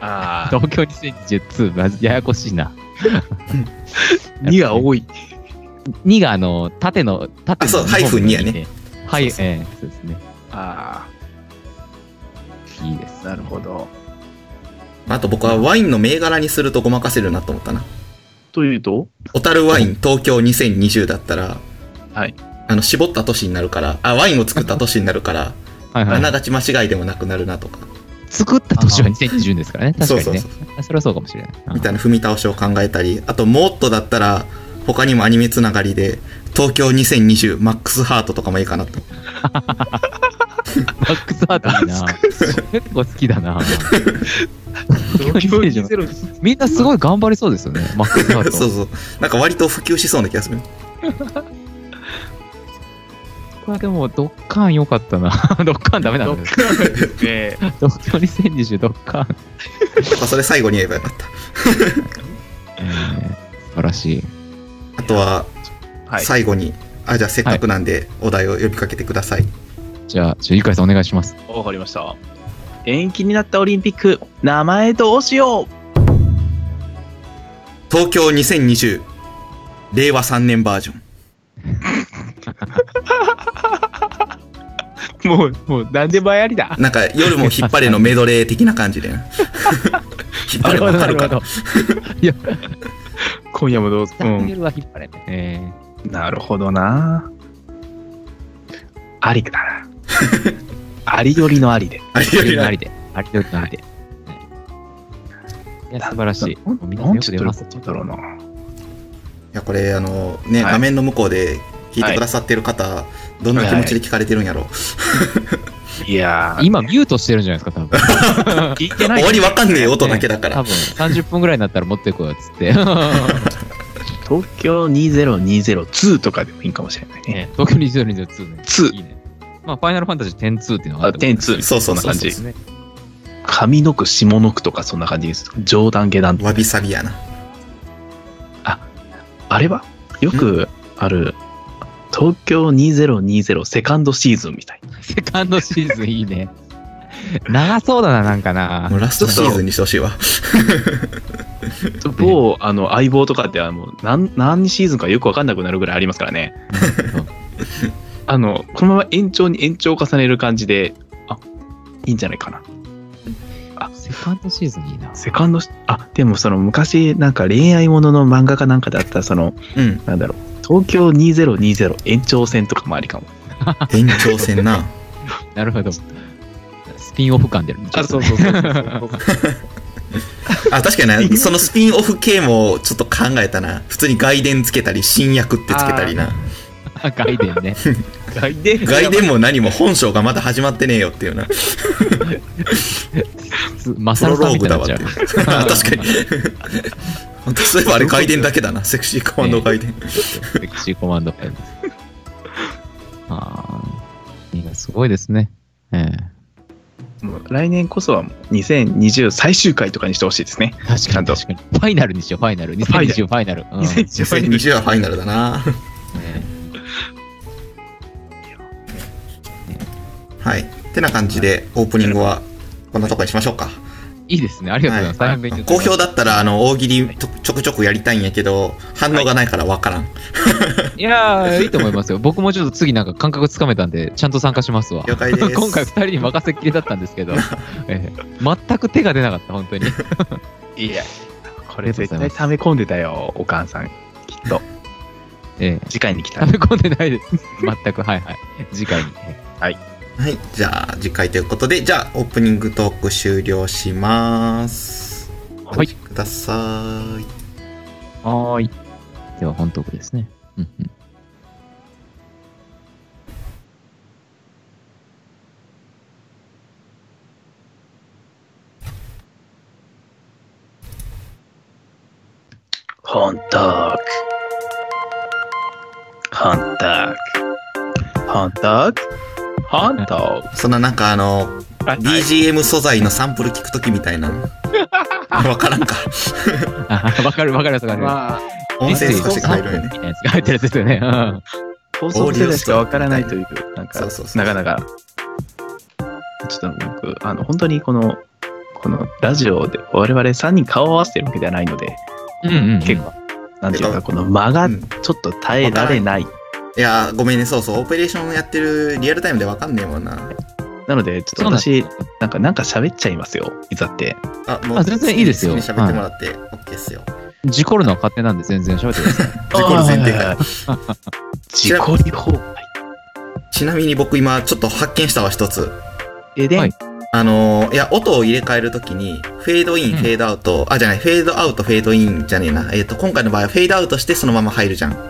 [SPEAKER 3] ああ、
[SPEAKER 2] 東京2022、まずややこしい
[SPEAKER 3] <laughs>
[SPEAKER 2] な。
[SPEAKER 3] 2が多い。
[SPEAKER 2] 2があの、縦の、
[SPEAKER 1] あ
[SPEAKER 2] 縦の。
[SPEAKER 1] そうハイフン2やね。
[SPEAKER 2] はい、
[SPEAKER 1] そう
[SPEAKER 2] ええそうですね。
[SPEAKER 3] あ
[SPEAKER 2] いいです
[SPEAKER 3] あ、。なるほど。
[SPEAKER 1] あと僕はワインの銘柄にするとごまかせるなと思ったな。
[SPEAKER 3] というと、
[SPEAKER 1] 小樽ワイン東京2020だったら、
[SPEAKER 3] はい。
[SPEAKER 1] あの、絞った都市になるから、あ、ワインを作った都市になるから、
[SPEAKER 2] はい
[SPEAKER 1] あ
[SPEAKER 2] は。
[SPEAKER 1] ないがち間違いでもなくなるなとか、
[SPEAKER 2] 作った年は2020ですからね。確かにね。
[SPEAKER 1] そう
[SPEAKER 2] あそれはそうかもしれない。
[SPEAKER 1] みたいな踏み倒しを考えたり、あと、もっとだったら、他にもアニメつながりで、東京2020マックスハートとかもいいかなと。
[SPEAKER 2] バックスハートいいな。結構好きだな。東京
[SPEAKER 3] 2020
[SPEAKER 2] みんなすごい頑張りそうですよね。マックスハー
[SPEAKER 1] <laughs> そう
[SPEAKER 2] ト。
[SPEAKER 1] そう。なんか割と普及しそうな気がする。
[SPEAKER 2] これでも、ドッカーン良かったな。 <laughs> ドッカーンダメなんだよ。
[SPEAKER 3] で、
[SPEAKER 2] 東
[SPEAKER 3] <laughs>
[SPEAKER 2] 京2020ドッカーン。
[SPEAKER 1] とか、それ最後に言えばよかった。
[SPEAKER 2] えー素晴らしい。
[SPEAKER 1] あとは、
[SPEAKER 3] はい。
[SPEAKER 1] 最後に、あ、じゃあせっかくなんで、お題を呼びかけてください。
[SPEAKER 2] じゃあ、じゃあゆかいさんお願いします。
[SPEAKER 3] わかりました。延期になったオリンピック、名前どうしよう
[SPEAKER 1] 東京2020令和3年バージョ
[SPEAKER 2] <laughs>
[SPEAKER 1] ン
[SPEAKER 3] もう、もう、何でもやりだ。
[SPEAKER 1] なんか夜も引っ張れのメドレー的な感じで
[SPEAKER 2] <laughs>
[SPEAKER 1] 引っ張れわかるか
[SPEAKER 2] な
[SPEAKER 1] ら
[SPEAKER 2] ほ
[SPEAKER 3] 今夜もどうぞ。う
[SPEAKER 2] ど。ダン
[SPEAKER 3] ん
[SPEAKER 2] ベ。ルは引っ張れない。え
[SPEAKER 3] なるほどな。ありだ <laughs> な。ありよりのありで。
[SPEAKER 1] あ
[SPEAKER 2] ー、あ
[SPEAKER 1] い
[SPEAKER 2] りの
[SPEAKER 1] や
[SPEAKER 2] あ
[SPEAKER 1] い
[SPEAKER 2] りで。ありのありで。いや、素晴らしい。もうみんな
[SPEAKER 3] なん
[SPEAKER 2] よ
[SPEAKER 3] ち
[SPEAKER 2] く
[SPEAKER 3] ゅ
[SPEAKER 2] 出
[SPEAKER 3] うと
[SPEAKER 2] ます
[SPEAKER 3] こ。とだろうな。
[SPEAKER 1] やこれあのね、
[SPEAKER 3] はい
[SPEAKER 1] 画面の向こうで聞いてくださってる方、どんな気持ちで聞かれてるんやろ、
[SPEAKER 3] いやー、
[SPEAKER 2] 今、ミュートしてるんじゃないですか、多分。
[SPEAKER 3] 聞いてない
[SPEAKER 1] 終わりわかんねえ音だけだから、
[SPEAKER 2] 多分、30分ぐらいになったら持ってこようっつって。
[SPEAKER 3] 東京20202とかでもいいかもしれないね。
[SPEAKER 2] ね <laughs> 東京2022ね。
[SPEAKER 3] 2
[SPEAKER 2] いいね。まあ、ファイナルファンタジー102っていうのがあ
[SPEAKER 3] あ、
[SPEAKER 2] ると思
[SPEAKER 3] 点2。
[SPEAKER 1] そうそう
[SPEAKER 3] そんな感じ
[SPEAKER 2] ですね。
[SPEAKER 3] 上の句、下の句とかそんな感じです。上段下段。
[SPEAKER 1] わびさびやな
[SPEAKER 3] あれはよくある、東京2020セカンドシーズンみたいな。
[SPEAKER 2] セカンドシーズンいいね。 <laughs> 長そうだな、なんかな
[SPEAKER 1] も。うラストシーズンにしてほしいわ
[SPEAKER 3] 某、あの、相棒とかって、あの、何、何シーズンかよくわかんなくなるぐらいありますからね。 <laughs> あの、このまま延長に延長を重ねる感じで、あ、いいんじゃないかな。
[SPEAKER 2] セカンドシーズンいいな。
[SPEAKER 3] セカンドシ、あ、でもその昔、なんか恋愛ものの漫画かなんかだったら、その、
[SPEAKER 1] うん
[SPEAKER 3] なんだろう、東京2020延長戦とかもありかも。
[SPEAKER 1] 延長戦な
[SPEAKER 2] なるほど。スピンオフ感出るね。ちょっとね
[SPEAKER 3] うそう
[SPEAKER 1] あ確 <laughs> かにねそのスピンオフ系もちょっと考えたな普通に外伝つけたり新薬ってつけたりな
[SPEAKER 2] 外伝
[SPEAKER 1] <laughs>
[SPEAKER 2] ね。
[SPEAKER 3] <laughs> 外伝
[SPEAKER 1] 外伝も何も本性がまだ始まってねえよっていうな
[SPEAKER 2] マ
[SPEAKER 1] プ
[SPEAKER 2] サ
[SPEAKER 1] ロ
[SPEAKER 2] ル
[SPEAKER 1] ロ
[SPEAKER 2] さ
[SPEAKER 1] ー
[SPEAKER 2] んみ
[SPEAKER 1] グ
[SPEAKER 2] たい
[SPEAKER 1] だ
[SPEAKER 2] にな
[SPEAKER 1] わ
[SPEAKER 2] っ
[SPEAKER 1] っ
[SPEAKER 2] ちゃ
[SPEAKER 1] て確か
[SPEAKER 2] う。
[SPEAKER 1] に <laughs> 本当そういえばあれ外伝だけだなセクシーコマンド外伝
[SPEAKER 2] セクシーコマンドペンです。ああ、いいなすごいですね。え
[SPEAKER 3] もう来年こそはもう2020最終回とかにしてほしいですね
[SPEAKER 2] え。確
[SPEAKER 3] ち
[SPEAKER 2] か
[SPEAKER 3] ゃん
[SPEAKER 2] に
[SPEAKER 3] と
[SPEAKER 2] 確かに。ファイナルにしよう、ファイナル。
[SPEAKER 3] ァイナル
[SPEAKER 2] 2020ファイナル。うんね
[SPEAKER 3] 2020最終回
[SPEAKER 1] 2020はファイナルだなはいてな感じでオープニングはこんなとこにしましょうか
[SPEAKER 2] いいですね。ありがとうございます。大変勉強になり
[SPEAKER 1] 好
[SPEAKER 2] ました
[SPEAKER 1] 評だったらあの大喜利とちょくちょくやりたいんやけど反応がないからわからん
[SPEAKER 2] いやー、いいと思いますよ。僕もちょっと次なんか感覚つかめたんで、ちゃんと参加しますわ。
[SPEAKER 1] 了解です
[SPEAKER 2] <laughs> 今回二人に任せっきりだったんですけ
[SPEAKER 1] <laughs>
[SPEAKER 2] ど、ええ全く手が出なかった、本当に。
[SPEAKER 3] いや、こ
[SPEAKER 2] あり
[SPEAKER 3] れ
[SPEAKER 2] がとうござ
[SPEAKER 3] 絶
[SPEAKER 2] いま
[SPEAKER 3] 対
[SPEAKER 2] す
[SPEAKER 3] 溜め込んでたよ、お母さん。きっと。
[SPEAKER 2] ええ
[SPEAKER 3] 次回に来たら
[SPEAKER 2] 食べ込んでないです。全く、はいはい。次回に。
[SPEAKER 1] はいじゃあ次回ということでじゃあオープニングトーク終了しますお
[SPEAKER 2] はい
[SPEAKER 1] 待ちください
[SPEAKER 2] はーい。では、本トークですね。うんうん
[SPEAKER 3] 本トーク。本トーク。本トーク。本トーク。
[SPEAKER 1] そんななんかあの、
[SPEAKER 3] はい
[SPEAKER 1] BGM 素材のサンプル聞くときみたい
[SPEAKER 2] <laughs>
[SPEAKER 1] な。わからんか。
[SPEAKER 2] あわかるわかるわかる。
[SPEAKER 3] まあ、
[SPEAKER 1] 音声少し変えるよね。
[SPEAKER 2] みたいなやつが入ってるやつですよね。うん
[SPEAKER 3] 放送世代しかわからないという、なんか、
[SPEAKER 1] そうそうそう
[SPEAKER 3] なかなか、ちょっと僕、あの、本当にこの、このラジオで我々3人顔を合わせてるわけではないので、
[SPEAKER 2] うんうん。
[SPEAKER 3] 結構、なんていう
[SPEAKER 1] てか
[SPEAKER 3] か、この間
[SPEAKER 1] う
[SPEAKER 3] が
[SPEAKER 1] ん
[SPEAKER 3] ちょっと耐えられない。
[SPEAKER 1] いやー、ごめんね、そうそう。オペレーションやってるリアルタイムでわかんねえもんな。
[SPEAKER 3] なので、ちょっと私、なんか、なんか喋っちゃいますよ、いざって。
[SPEAKER 1] あ、もう、
[SPEAKER 2] あ全然いいですよ
[SPEAKER 1] 好きに喋ってもらって、OK っすよ。
[SPEAKER 2] 事故るのは勝手なんで全然喋ってください。
[SPEAKER 1] 事故る前提から
[SPEAKER 3] あー。自己利崩壊。
[SPEAKER 1] ちなみに僕今、ちょっと発見したわ、一つ。
[SPEAKER 3] ででん、
[SPEAKER 2] はい
[SPEAKER 1] あのーいや、音を入れ替えるときに、フェードイ
[SPEAKER 2] うん
[SPEAKER 1] ン、フェードアウト、あ、じゃない、フェードアウト、フェードインじゃねえな。えっ、と、今回の場合はフェードアウトしてそのまま入るじゃん。
[SPEAKER 2] はい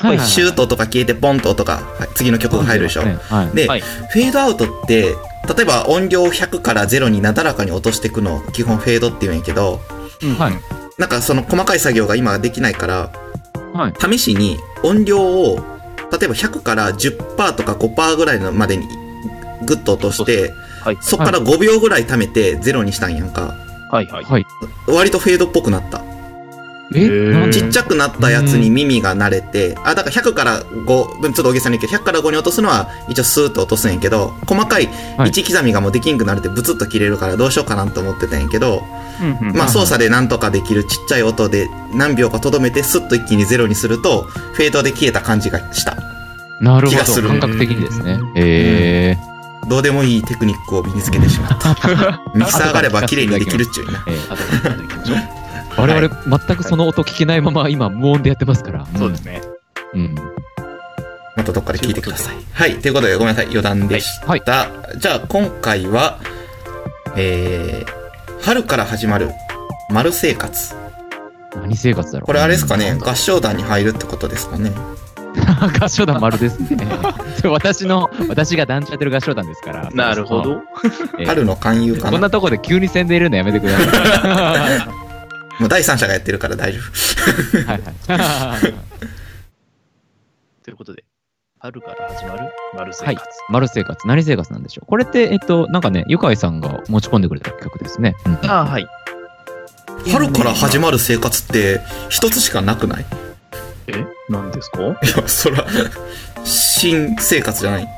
[SPEAKER 2] はいはい
[SPEAKER 1] シュートとか消えて、ポンと音が、はい次の曲が入るでしょ。
[SPEAKER 2] はい。
[SPEAKER 1] で、
[SPEAKER 3] はい
[SPEAKER 1] フェードアウトって、例えば音量を100から0になだらかに落としていくのを基本フェードって言うんやけど、
[SPEAKER 2] はい。
[SPEAKER 1] なんかその細かい作業が今できないから、
[SPEAKER 2] はい。
[SPEAKER 1] 試しに音量を、例えば100から10%とか5%ぐらいのまでにグッと落として、
[SPEAKER 3] はい
[SPEAKER 1] そっから5秒ぐらい貯めて0にしたんやんか。
[SPEAKER 3] はいはい。
[SPEAKER 2] はい。
[SPEAKER 1] 割とフェードっぽくなった。
[SPEAKER 2] え、
[SPEAKER 3] へー
[SPEAKER 2] なん
[SPEAKER 1] ちっちゃくなったやつに耳が慣れて、あ、だから100から5、うんちょっと大げさに言うけど、100から5に落とすのは一応スーッと落とすんやけど、細かい
[SPEAKER 2] はい
[SPEAKER 1] 1刻みがもうできんくなるってブツッと切れるからどうしようかなと思ってたんやけど、
[SPEAKER 3] うんうん
[SPEAKER 1] まあ
[SPEAKER 2] はい
[SPEAKER 1] 操作でなんとかできるちっちゃい音で何秒かとどめてスッと一気にゼロにすると、フェードで消えた感じがした。
[SPEAKER 2] なる
[SPEAKER 1] 気
[SPEAKER 2] ほ
[SPEAKER 1] が
[SPEAKER 2] ど
[SPEAKER 1] する
[SPEAKER 2] 感覚的にですねへえ
[SPEAKER 1] どうでもいいテクニックを身につけてし
[SPEAKER 2] <laughs>
[SPEAKER 1] まった。
[SPEAKER 3] <laughs>
[SPEAKER 1] ミキサーがあれば綺麗にできるっちゅうな。
[SPEAKER 2] え
[SPEAKER 3] あとなんか行きましょう
[SPEAKER 2] ー我々全くその音聞けないまま今無音でやってますから
[SPEAKER 3] そうですね。
[SPEAKER 2] うん
[SPEAKER 1] またどっかで聞いてください。はい。ということで、ごめんなさい。余談でした。
[SPEAKER 2] はい
[SPEAKER 1] じゃあ、今回は、えー、春から始まる、丸生活。
[SPEAKER 2] 何生活だろう
[SPEAKER 1] これあれですかね、合唱団に入るってことですかね。
[SPEAKER 2] <laughs> 合唱団丸で
[SPEAKER 1] <laughs>
[SPEAKER 2] すね。それ私の、私が団地やってる合唱団ですから。
[SPEAKER 3] なるほ。ど。
[SPEAKER 2] ええ
[SPEAKER 1] 春の勧誘か
[SPEAKER 2] こんな
[SPEAKER 1] な。
[SPEAKER 2] とこで急に宣伝入れるのやめてくださ
[SPEAKER 1] もう第三者がやってるから大丈 <laughs>
[SPEAKER 2] い。はいはい。
[SPEAKER 3] ということで、春から始まる丸生
[SPEAKER 2] はい
[SPEAKER 3] 活。
[SPEAKER 2] 丸生活、何生活なんでしょう。これって、えっと、なんかね、ゆかいさんが持ち込んでくれた曲ですね。うん
[SPEAKER 3] ああ、はい。
[SPEAKER 1] 夫。春から始まる生活って、一つしかなくない <laughs> い
[SPEAKER 3] え、何ですか
[SPEAKER 1] や、そら、新生活じゃない。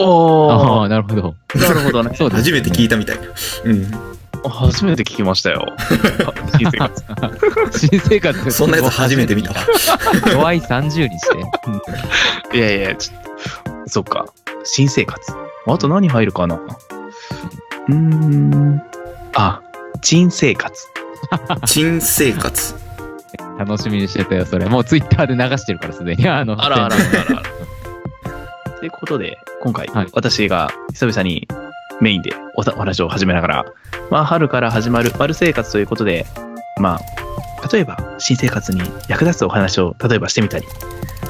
[SPEAKER 2] あ
[SPEAKER 3] あ
[SPEAKER 2] あ、なるほど。
[SPEAKER 3] あ、なるほどね。 <laughs>
[SPEAKER 2] そうです、
[SPEAKER 1] 初めて聞いたみたい。うん。
[SPEAKER 3] 初めて聞きましたよ。あ新生活。
[SPEAKER 2] 新生活。
[SPEAKER 1] そんなやつ初めて見
[SPEAKER 2] <laughs>
[SPEAKER 1] た。
[SPEAKER 2] 弱い30にして。
[SPEAKER 3] <laughs> いやいや、ちょっと、そっか。新生活。あと何入るかなうーん。あ、人生活。
[SPEAKER 1] 新生活。
[SPEAKER 2] 楽しみにしてたよ、それ。もうツイッターで流してるから、すでに。あの、
[SPEAKER 3] あらあらあらあら。 <laughs> ということで、今回、
[SPEAKER 2] はい
[SPEAKER 3] 私が久々にメインでおさお話を始めながら、まあ、春から始まる丸生活ということで、まあ、例えば、新生活に役立つお話を、例えばしてみたり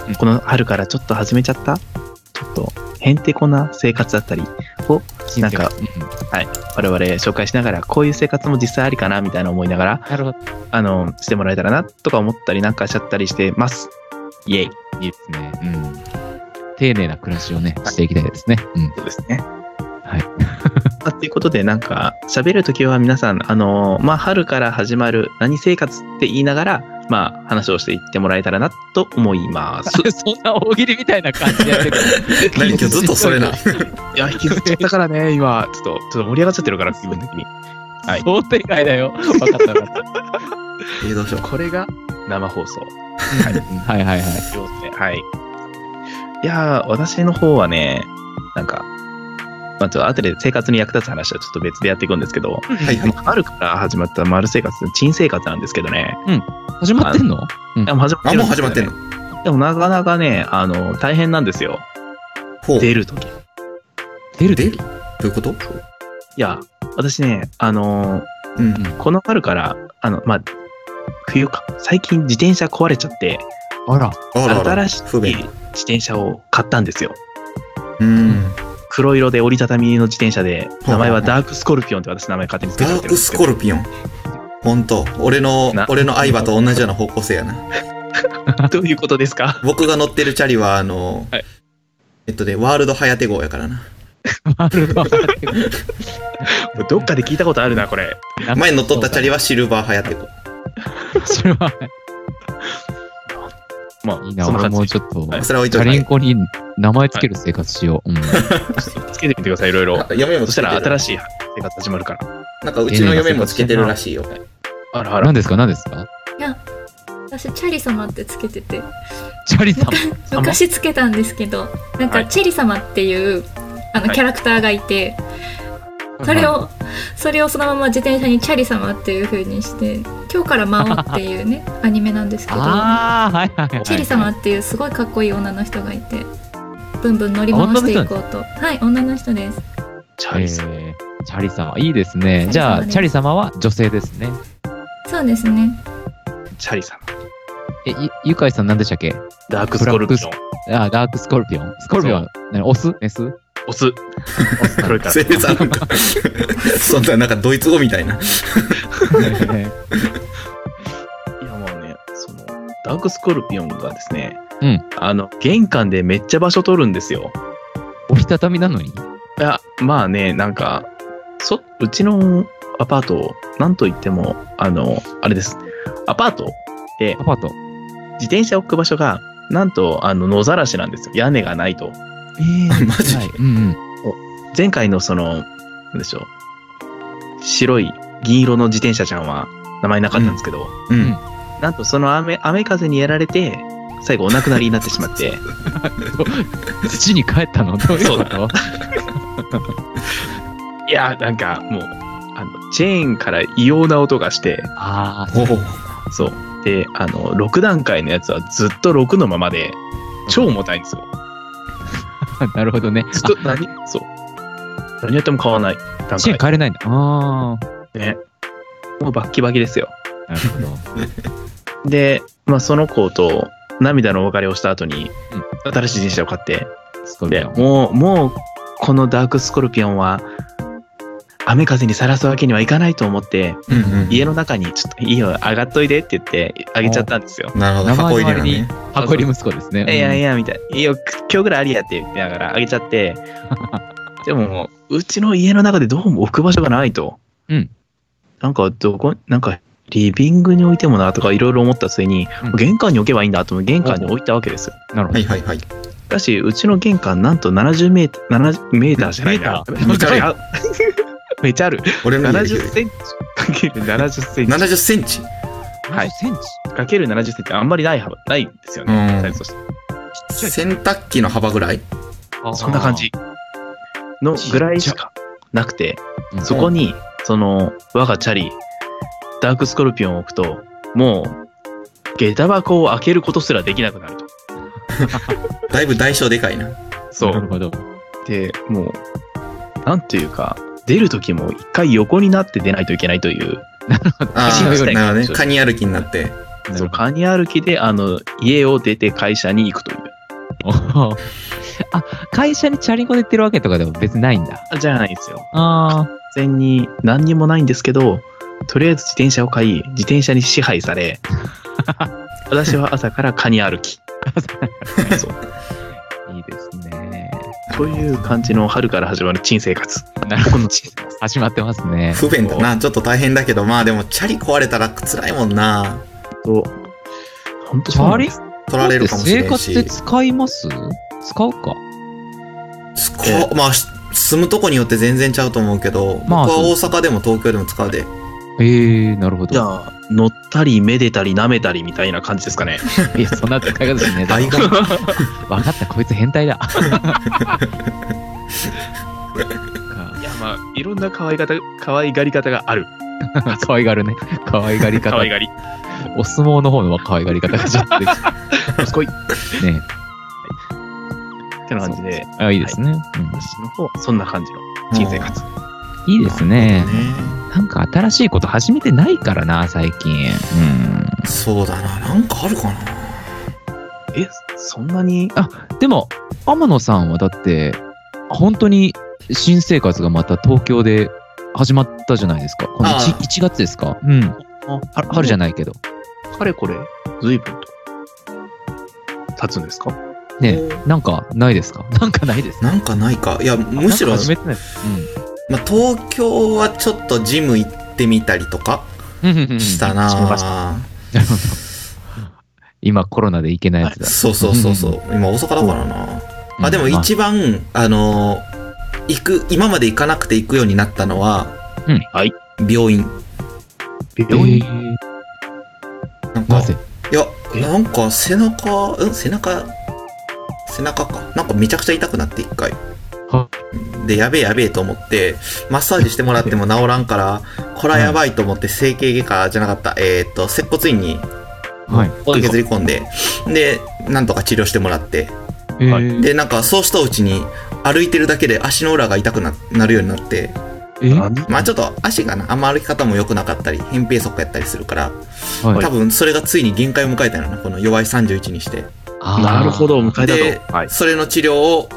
[SPEAKER 2] うん、
[SPEAKER 3] この春からちょっと始めちゃった、ちょっと、へんてこな生活だったりを、
[SPEAKER 2] 新生活うん
[SPEAKER 3] 我々紹介しながら、こういう生活も実際ありかな、みたいな思いながら、
[SPEAKER 2] なるほど。
[SPEAKER 3] あの、してもらえたらな、とか思ったりなんかしちゃったりしてます。イェイ。
[SPEAKER 2] いいですね。うん。丁寧な暮らしをね、していきたいですね。うん。
[SPEAKER 3] そうですね。
[SPEAKER 2] はい。
[SPEAKER 3] <laughs> あということで、なんか、喋るときは皆さん、あのーまあ、春から始まる何生活って言いながら、まあ、話をしていってもらえたらなと思います。
[SPEAKER 2] <laughs> そんな大喜利みたいな感じでやってくる。
[SPEAKER 1] <laughs> 何今日ずっとそれな。
[SPEAKER 3] <laughs> いや、引きずっちゃったからね、今、ちょっと、ちょっと盛り上がっちゃってるから、気分的に。はい
[SPEAKER 2] 想定外だよ。分かった分かっ
[SPEAKER 1] えー、どうしよう。
[SPEAKER 3] これが生放送。
[SPEAKER 2] た。はいはいはい。
[SPEAKER 3] 両手はい。いやー、私の方はね、なんか、まあ、ちょっと後で生活に役立つ話はちょっと別でやっていくんですけど、
[SPEAKER 1] はいはい。
[SPEAKER 3] 春から始まった丸生活、珍生活なんですけどね、
[SPEAKER 2] 始まってんの
[SPEAKER 3] いやもう始まって
[SPEAKER 1] あ、
[SPEAKER 3] る
[SPEAKER 1] もうん
[SPEAKER 3] で
[SPEAKER 1] 始
[SPEAKER 3] すよ
[SPEAKER 1] まってん
[SPEAKER 3] ね
[SPEAKER 1] の
[SPEAKER 3] でもなかなかね、あの、大変なんですよ。
[SPEAKER 1] ほう。
[SPEAKER 3] 出るとき。い
[SPEAKER 2] 出る
[SPEAKER 1] 出るどういうこと
[SPEAKER 3] や、私ね、あの、
[SPEAKER 1] うん。
[SPEAKER 3] この春から、あの、まあ、冬か。最近自転車壊れちゃって、
[SPEAKER 2] あ <laughs> ら。
[SPEAKER 1] あらあら
[SPEAKER 3] 新しい
[SPEAKER 1] 不便
[SPEAKER 3] 自転車を買ったんですよ。
[SPEAKER 1] うん。
[SPEAKER 3] 黒色で折りたたみの自転車で、
[SPEAKER 1] ほう
[SPEAKER 3] 名前はダークスコルピオンって私名前勝手に付け
[SPEAKER 1] ダ
[SPEAKER 3] ても
[SPEAKER 1] ーク
[SPEAKER 3] らってるんです
[SPEAKER 1] ス
[SPEAKER 3] け
[SPEAKER 1] コ
[SPEAKER 3] ど。
[SPEAKER 1] ルピオン。ほんと。俺の
[SPEAKER 3] な、
[SPEAKER 1] 俺の相葉と同じような方向性やな。
[SPEAKER 3] どういうことですか
[SPEAKER 1] 僕が乗ってるチャリは、あの、
[SPEAKER 3] はい
[SPEAKER 1] えっとね、ワールドハヤテ号やからな。
[SPEAKER 2] なるほど。
[SPEAKER 3] どっかで聞いたことあるな、これ。
[SPEAKER 1] 前乗っとったチャリはシルバーハヤテ号。
[SPEAKER 2] それは、
[SPEAKER 3] まあ、
[SPEAKER 2] いいな、
[SPEAKER 3] そんな
[SPEAKER 2] 俺
[SPEAKER 3] 感じ
[SPEAKER 2] も
[SPEAKER 3] で。
[SPEAKER 2] ちょっと、
[SPEAKER 1] それは置い
[SPEAKER 2] チ
[SPEAKER 1] と
[SPEAKER 2] ャ
[SPEAKER 1] い
[SPEAKER 2] リン
[SPEAKER 1] て。
[SPEAKER 2] コに名前つける生活しよう。うん。
[SPEAKER 3] つけてみてください、いろいろ。
[SPEAKER 1] 嫁もつ
[SPEAKER 3] そした
[SPEAKER 1] けて
[SPEAKER 3] ら
[SPEAKER 1] る。
[SPEAKER 3] 新しい生活始まるから。
[SPEAKER 1] なんかうちの嫁もつけてるらしいよ。
[SPEAKER 3] あらあら
[SPEAKER 2] 何。ですか何ですか
[SPEAKER 4] 私チャリ様ってつけてて
[SPEAKER 2] チャリさん。
[SPEAKER 3] 様
[SPEAKER 4] 昔つけたんですけどな
[SPEAKER 3] は
[SPEAKER 4] んか
[SPEAKER 3] い
[SPEAKER 4] チェリ様っていうあの
[SPEAKER 3] はい
[SPEAKER 4] キャラクターがいて、 <laughs> それをそれをそのまま自転車にチャリ様っていう風にして「今日から魔王」っていうねアニメなんですけど
[SPEAKER 2] ああ、はいはいはい。
[SPEAKER 4] チェリ様っていうすごいかっこいい女の人がいてブンブン乗り回していこうとはい女の人です
[SPEAKER 3] チ
[SPEAKER 2] え
[SPEAKER 3] ャリさん。
[SPEAKER 2] ーチャリ様、いいですね。じゃあ、チャリ様は女性ですね。
[SPEAKER 4] そうですね
[SPEAKER 3] チャリさん。
[SPEAKER 2] え、ゆゆかいさん何でしたっけ
[SPEAKER 3] ダークスコルピ
[SPEAKER 2] ブ
[SPEAKER 3] オ
[SPEAKER 2] ラ
[SPEAKER 3] ン。
[SPEAKER 2] あ、ダークスコルピオン。スコルピオン、何オスメ
[SPEAKER 3] <laughs>
[SPEAKER 2] ス
[SPEAKER 3] オス。黒いから。
[SPEAKER 1] 性別あるんか。
[SPEAKER 3] <laughs>
[SPEAKER 1] そんな、なんかドイツ語みたいな。
[SPEAKER 3] いやもうね、その、ダークスコルピオンがですね、
[SPEAKER 2] うん
[SPEAKER 3] あの、玄関でめっちゃ場所取るんですよ。
[SPEAKER 2] 折りたたみなのに
[SPEAKER 3] いや、まあね、なんか、そ、うちのアパート、なんといっても、あの、あれです。アパートで
[SPEAKER 2] アパート。
[SPEAKER 3] 自転車置く場所が、なんと、あの、野ざらしなんですよ。屋根がないと。
[SPEAKER 2] ええ
[SPEAKER 1] マジ
[SPEAKER 2] はい。うんうん。
[SPEAKER 3] 前回のその、なんでしょう。白い、銀色の自転車ちゃんは、名前なかったんですけど、
[SPEAKER 1] うん。
[SPEAKER 3] なんとその雨、雨風にやられて、最後お亡くなりになってしまって、
[SPEAKER 2] 土に帰った
[SPEAKER 3] <laughs>
[SPEAKER 2] のどういうこと
[SPEAKER 3] いや、なんかもう、あの、チェーンから異様な音がして、
[SPEAKER 2] ああ、
[SPEAKER 1] おお。
[SPEAKER 3] そう。で、あの、6段階のやつはずっと6のままで、超重たいんですよ。
[SPEAKER 2] なるほどね。
[SPEAKER 3] ずっと何、そう。何やっても買わない段
[SPEAKER 2] 支援
[SPEAKER 3] 階。
[SPEAKER 2] 帰れないんだ。あ
[SPEAKER 3] ね。もうバッキバキですよ。
[SPEAKER 2] あ、なるほど。
[SPEAKER 3] で、まあその子と涙のお別れをした後に、新しい自転車を買って、
[SPEAKER 2] スコルピ
[SPEAKER 3] で、
[SPEAKER 2] オン
[SPEAKER 3] もう、もう、このダークスコルピオンは、雨風にさらすわけにはいかないと思って、
[SPEAKER 1] うんうん。
[SPEAKER 3] 家の中に、ちょっといいよ、上がっといでって言って、あげちゃったんですよ。
[SPEAKER 1] なるほど。箱入れな
[SPEAKER 2] 名前
[SPEAKER 1] ね。
[SPEAKER 2] 箱入り息子ですね。
[SPEAKER 3] いやいや、みたいな。いいよ、今日ぐらいありやって言ってながらあげちゃって。でも、うちの家の中でどうも置く場所がないと。
[SPEAKER 2] うん。
[SPEAKER 3] なんか、どこ、なんか、リビングに置いてもなとかいろいろ思った末に、
[SPEAKER 2] うん
[SPEAKER 3] 玄関に置けばいいんだと思って玄関に置いたわけですよ。
[SPEAKER 2] なるほ
[SPEAKER 1] は
[SPEAKER 2] ど
[SPEAKER 1] い。はいはい。
[SPEAKER 3] しかし、うちの玄関なんと70メーター、70メーターじゃないな。
[SPEAKER 1] めっちゃある
[SPEAKER 3] 違うめっちゃある。
[SPEAKER 1] 俺の家で
[SPEAKER 3] 70センチかける70センチ。
[SPEAKER 1] 70センチ。
[SPEAKER 3] はい
[SPEAKER 2] 70センチ
[SPEAKER 3] かける70センチってあんまりない幅、ないんですよ
[SPEAKER 1] う
[SPEAKER 3] ね
[SPEAKER 1] ん。
[SPEAKER 3] サイズとして
[SPEAKER 2] ちゃい
[SPEAKER 1] 洗濯機の幅ぐらい
[SPEAKER 3] そんな感じ。のぐらいしかなくて、
[SPEAKER 2] うん
[SPEAKER 3] そこに、その、我がチャリ、ダークスコルピオンを置くと、もう、下駄箱を開けることすらできなくなると。
[SPEAKER 1] だいぶ代償でかい
[SPEAKER 2] <laughs>
[SPEAKER 1] な。
[SPEAKER 3] そ
[SPEAKER 2] なる
[SPEAKER 3] う。
[SPEAKER 2] ほど。
[SPEAKER 3] で、もう、なんというか、出る時も一回横になって出ないといけないという、
[SPEAKER 1] あ
[SPEAKER 3] 足の
[SPEAKER 1] あ、
[SPEAKER 3] 下に
[SPEAKER 1] なるほどね。カニ歩きになって。
[SPEAKER 3] そ
[SPEAKER 2] な
[SPEAKER 3] の
[SPEAKER 2] る
[SPEAKER 3] カニ歩きで、あの、家を出て会社に行くという。
[SPEAKER 2] ほどあ、会社にチャリンコで行ってるわけとかでも別にないんだ。
[SPEAKER 3] あじゃないんですよ。
[SPEAKER 2] あ
[SPEAKER 3] 完全に何にもないんですけど、とりあえず自転車を買い、自転車に支配さ
[SPEAKER 2] <laughs>
[SPEAKER 3] れ、私は朝からカニ歩き。そう
[SPEAKER 2] あ、いいですね。
[SPEAKER 3] という感じの春から始まる珍生活。
[SPEAKER 2] なるほど。
[SPEAKER 3] 僕の珍生活。
[SPEAKER 2] 始まってますね。
[SPEAKER 1] 不便だな。ちょっと大変だけど、まあでも、チャリ壊れたら辛いもんな。
[SPEAKER 3] と、本当
[SPEAKER 2] チ
[SPEAKER 3] そうな
[SPEAKER 2] ャ
[SPEAKER 3] ん
[SPEAKER 2] リン
[SPEAKER 3] です
[SPEAKER 1] 取られるかもしれ
[SPEAKER 2] 生
[SPEAKER 1] ん
[SPEAKER 2] 活
[SPEAKER 1] し。
[SPEAKER 2] で使います使うか。
[SPEAKER 1] すこまあ、し住むとこによって全然ちゃうと思うけど、
[SPEAKER 2] まあ
[SPEAKER 1] 僕は大阪でも東京でも使うで。
[SPEAKER 2] ええなるほど。
[SPEAKER 3] じゃあ、乗ったり、めでたり、舐めたりみたいな感じですかね。
[SPEAKER 2] いや、そんな使い方しねえだろ
[SPEAKER 1] <laughs> 大。学
[SPEAKER 2] <laughs> わかった、こいつ変態だ。 <laughs>
[SPEAKER 3] いや、まあ、いろんな可愛がた、可愛がり方がある。
[SPEAKER 2] 可愛がるね。可愛がり
[SPEAKER 3] 可
[SPEAKER 2] 方
[SPEAKER 3] 愛。がり。
[SPEAKER 2] お相撲の方の可愛がり方がちょっとできた
[SPEAKER 3] すごい。っ
[SPEAKER 1] <laughs>
[SPEAKER 2] ね。
[SPEAKER 3] てな感じで、
[SPEAKER 2] あ、いいですね。
[SPEAKER 3] 私の方、そんな感じの珍生活。
[SPEAKER 2] うん、いいですね。
[SPEAKER 1] ね。
[SPEAKER 2] なんか新しいこと始めてないからな、最近。
[SPEAKER 1] そうだな。なんかあるかな。
[SPEAKER 3] え、そんなに
[SPEAKER 2] うん。でも、天野さんはだって、本当に新生活がまた東京で始まったじゃないですか。この
[SPEAKER 1] ああ
[SPEAKER 2] 1, 1月ですかうん。
[SPEAKER 3] あ
[SPEAKER 2] は春じゃないけど。
[SPEAKER 3] かれこれ、随分と、経つんですか
[SPEAKER 2] ね、なんかないですか <laughs> なんかないですか
[SPEAKER 1] なんかないか。いや、むしろ
[SPEAKER 2] なんか、始めてない。
[SPEAKER 1] まあ、東京はちょっとジム行ってみたりとか
[SPEAKER 2] うん。うん
[SPEAKER 1] した
[SPEAKER 3] うんしまし
[SPEAKER 1] な。
[SPEAKER 2] 今コロナで行けないやつだ。
[SPEAKER 1] そうそうそうそう。今大阪だからな。あ、でも
[SPEAKER 2] うん
[SPEAKER 1] 一番、あの、行く、今まで行かなくて行くようになったのは、
[SPEAKER 2] うん
[SPEAKER 3] はい。
[SPEAKER 1] 病院。
[SPEAKER 3] 病院、
[SPEAKER 1] なんか、
[SPEAKER 2] なぜ
[SPEAKER 1] いや、
[SPEAKER 3] え
[SPEAKER 1] なんか背中、うん背中、背中か。なんかめちゃくちゃ痛くなって一回
[SPEAKER 2] は。
[SPEAKER 1] で、やべえやべえと思って、マッサージしてもらっても治らん
[SPEAKER 2] <laughs>
[SPEAKER 1] から、これはやばいと思って整形外科じゃなかった、えーっと、接骨院に
[SPEAKER 2] はい。
[SPEAKER 1] 削り込んで、で、なんとか治療してもらって、
[SPEAKER 2] え
[SPEAKER 3] はい
[SPEAKER 2] ー
[SPEAKER 1] で、なんかそうしたうちに歩いてるだけで足の裏が痛くななるようになって、
[SPEAKER 2] え
[SPEAKER 3] 何
[SPEAKER 1] まあちょっと足がな、あんま歩き方も良くなかったり、扁平足やったりするから、
[SPEAKER 2] はい
[SPEAKER 1] 多分それがついに限界を迎えたよな、この弱い31にして。
[SPEAKER 2] あー
[SPEAKER 3] なるほど、迎え
[SPEAKER 1] で
[SPEAKER 3] たと。はい。
[SPEAKER 1] それの治療を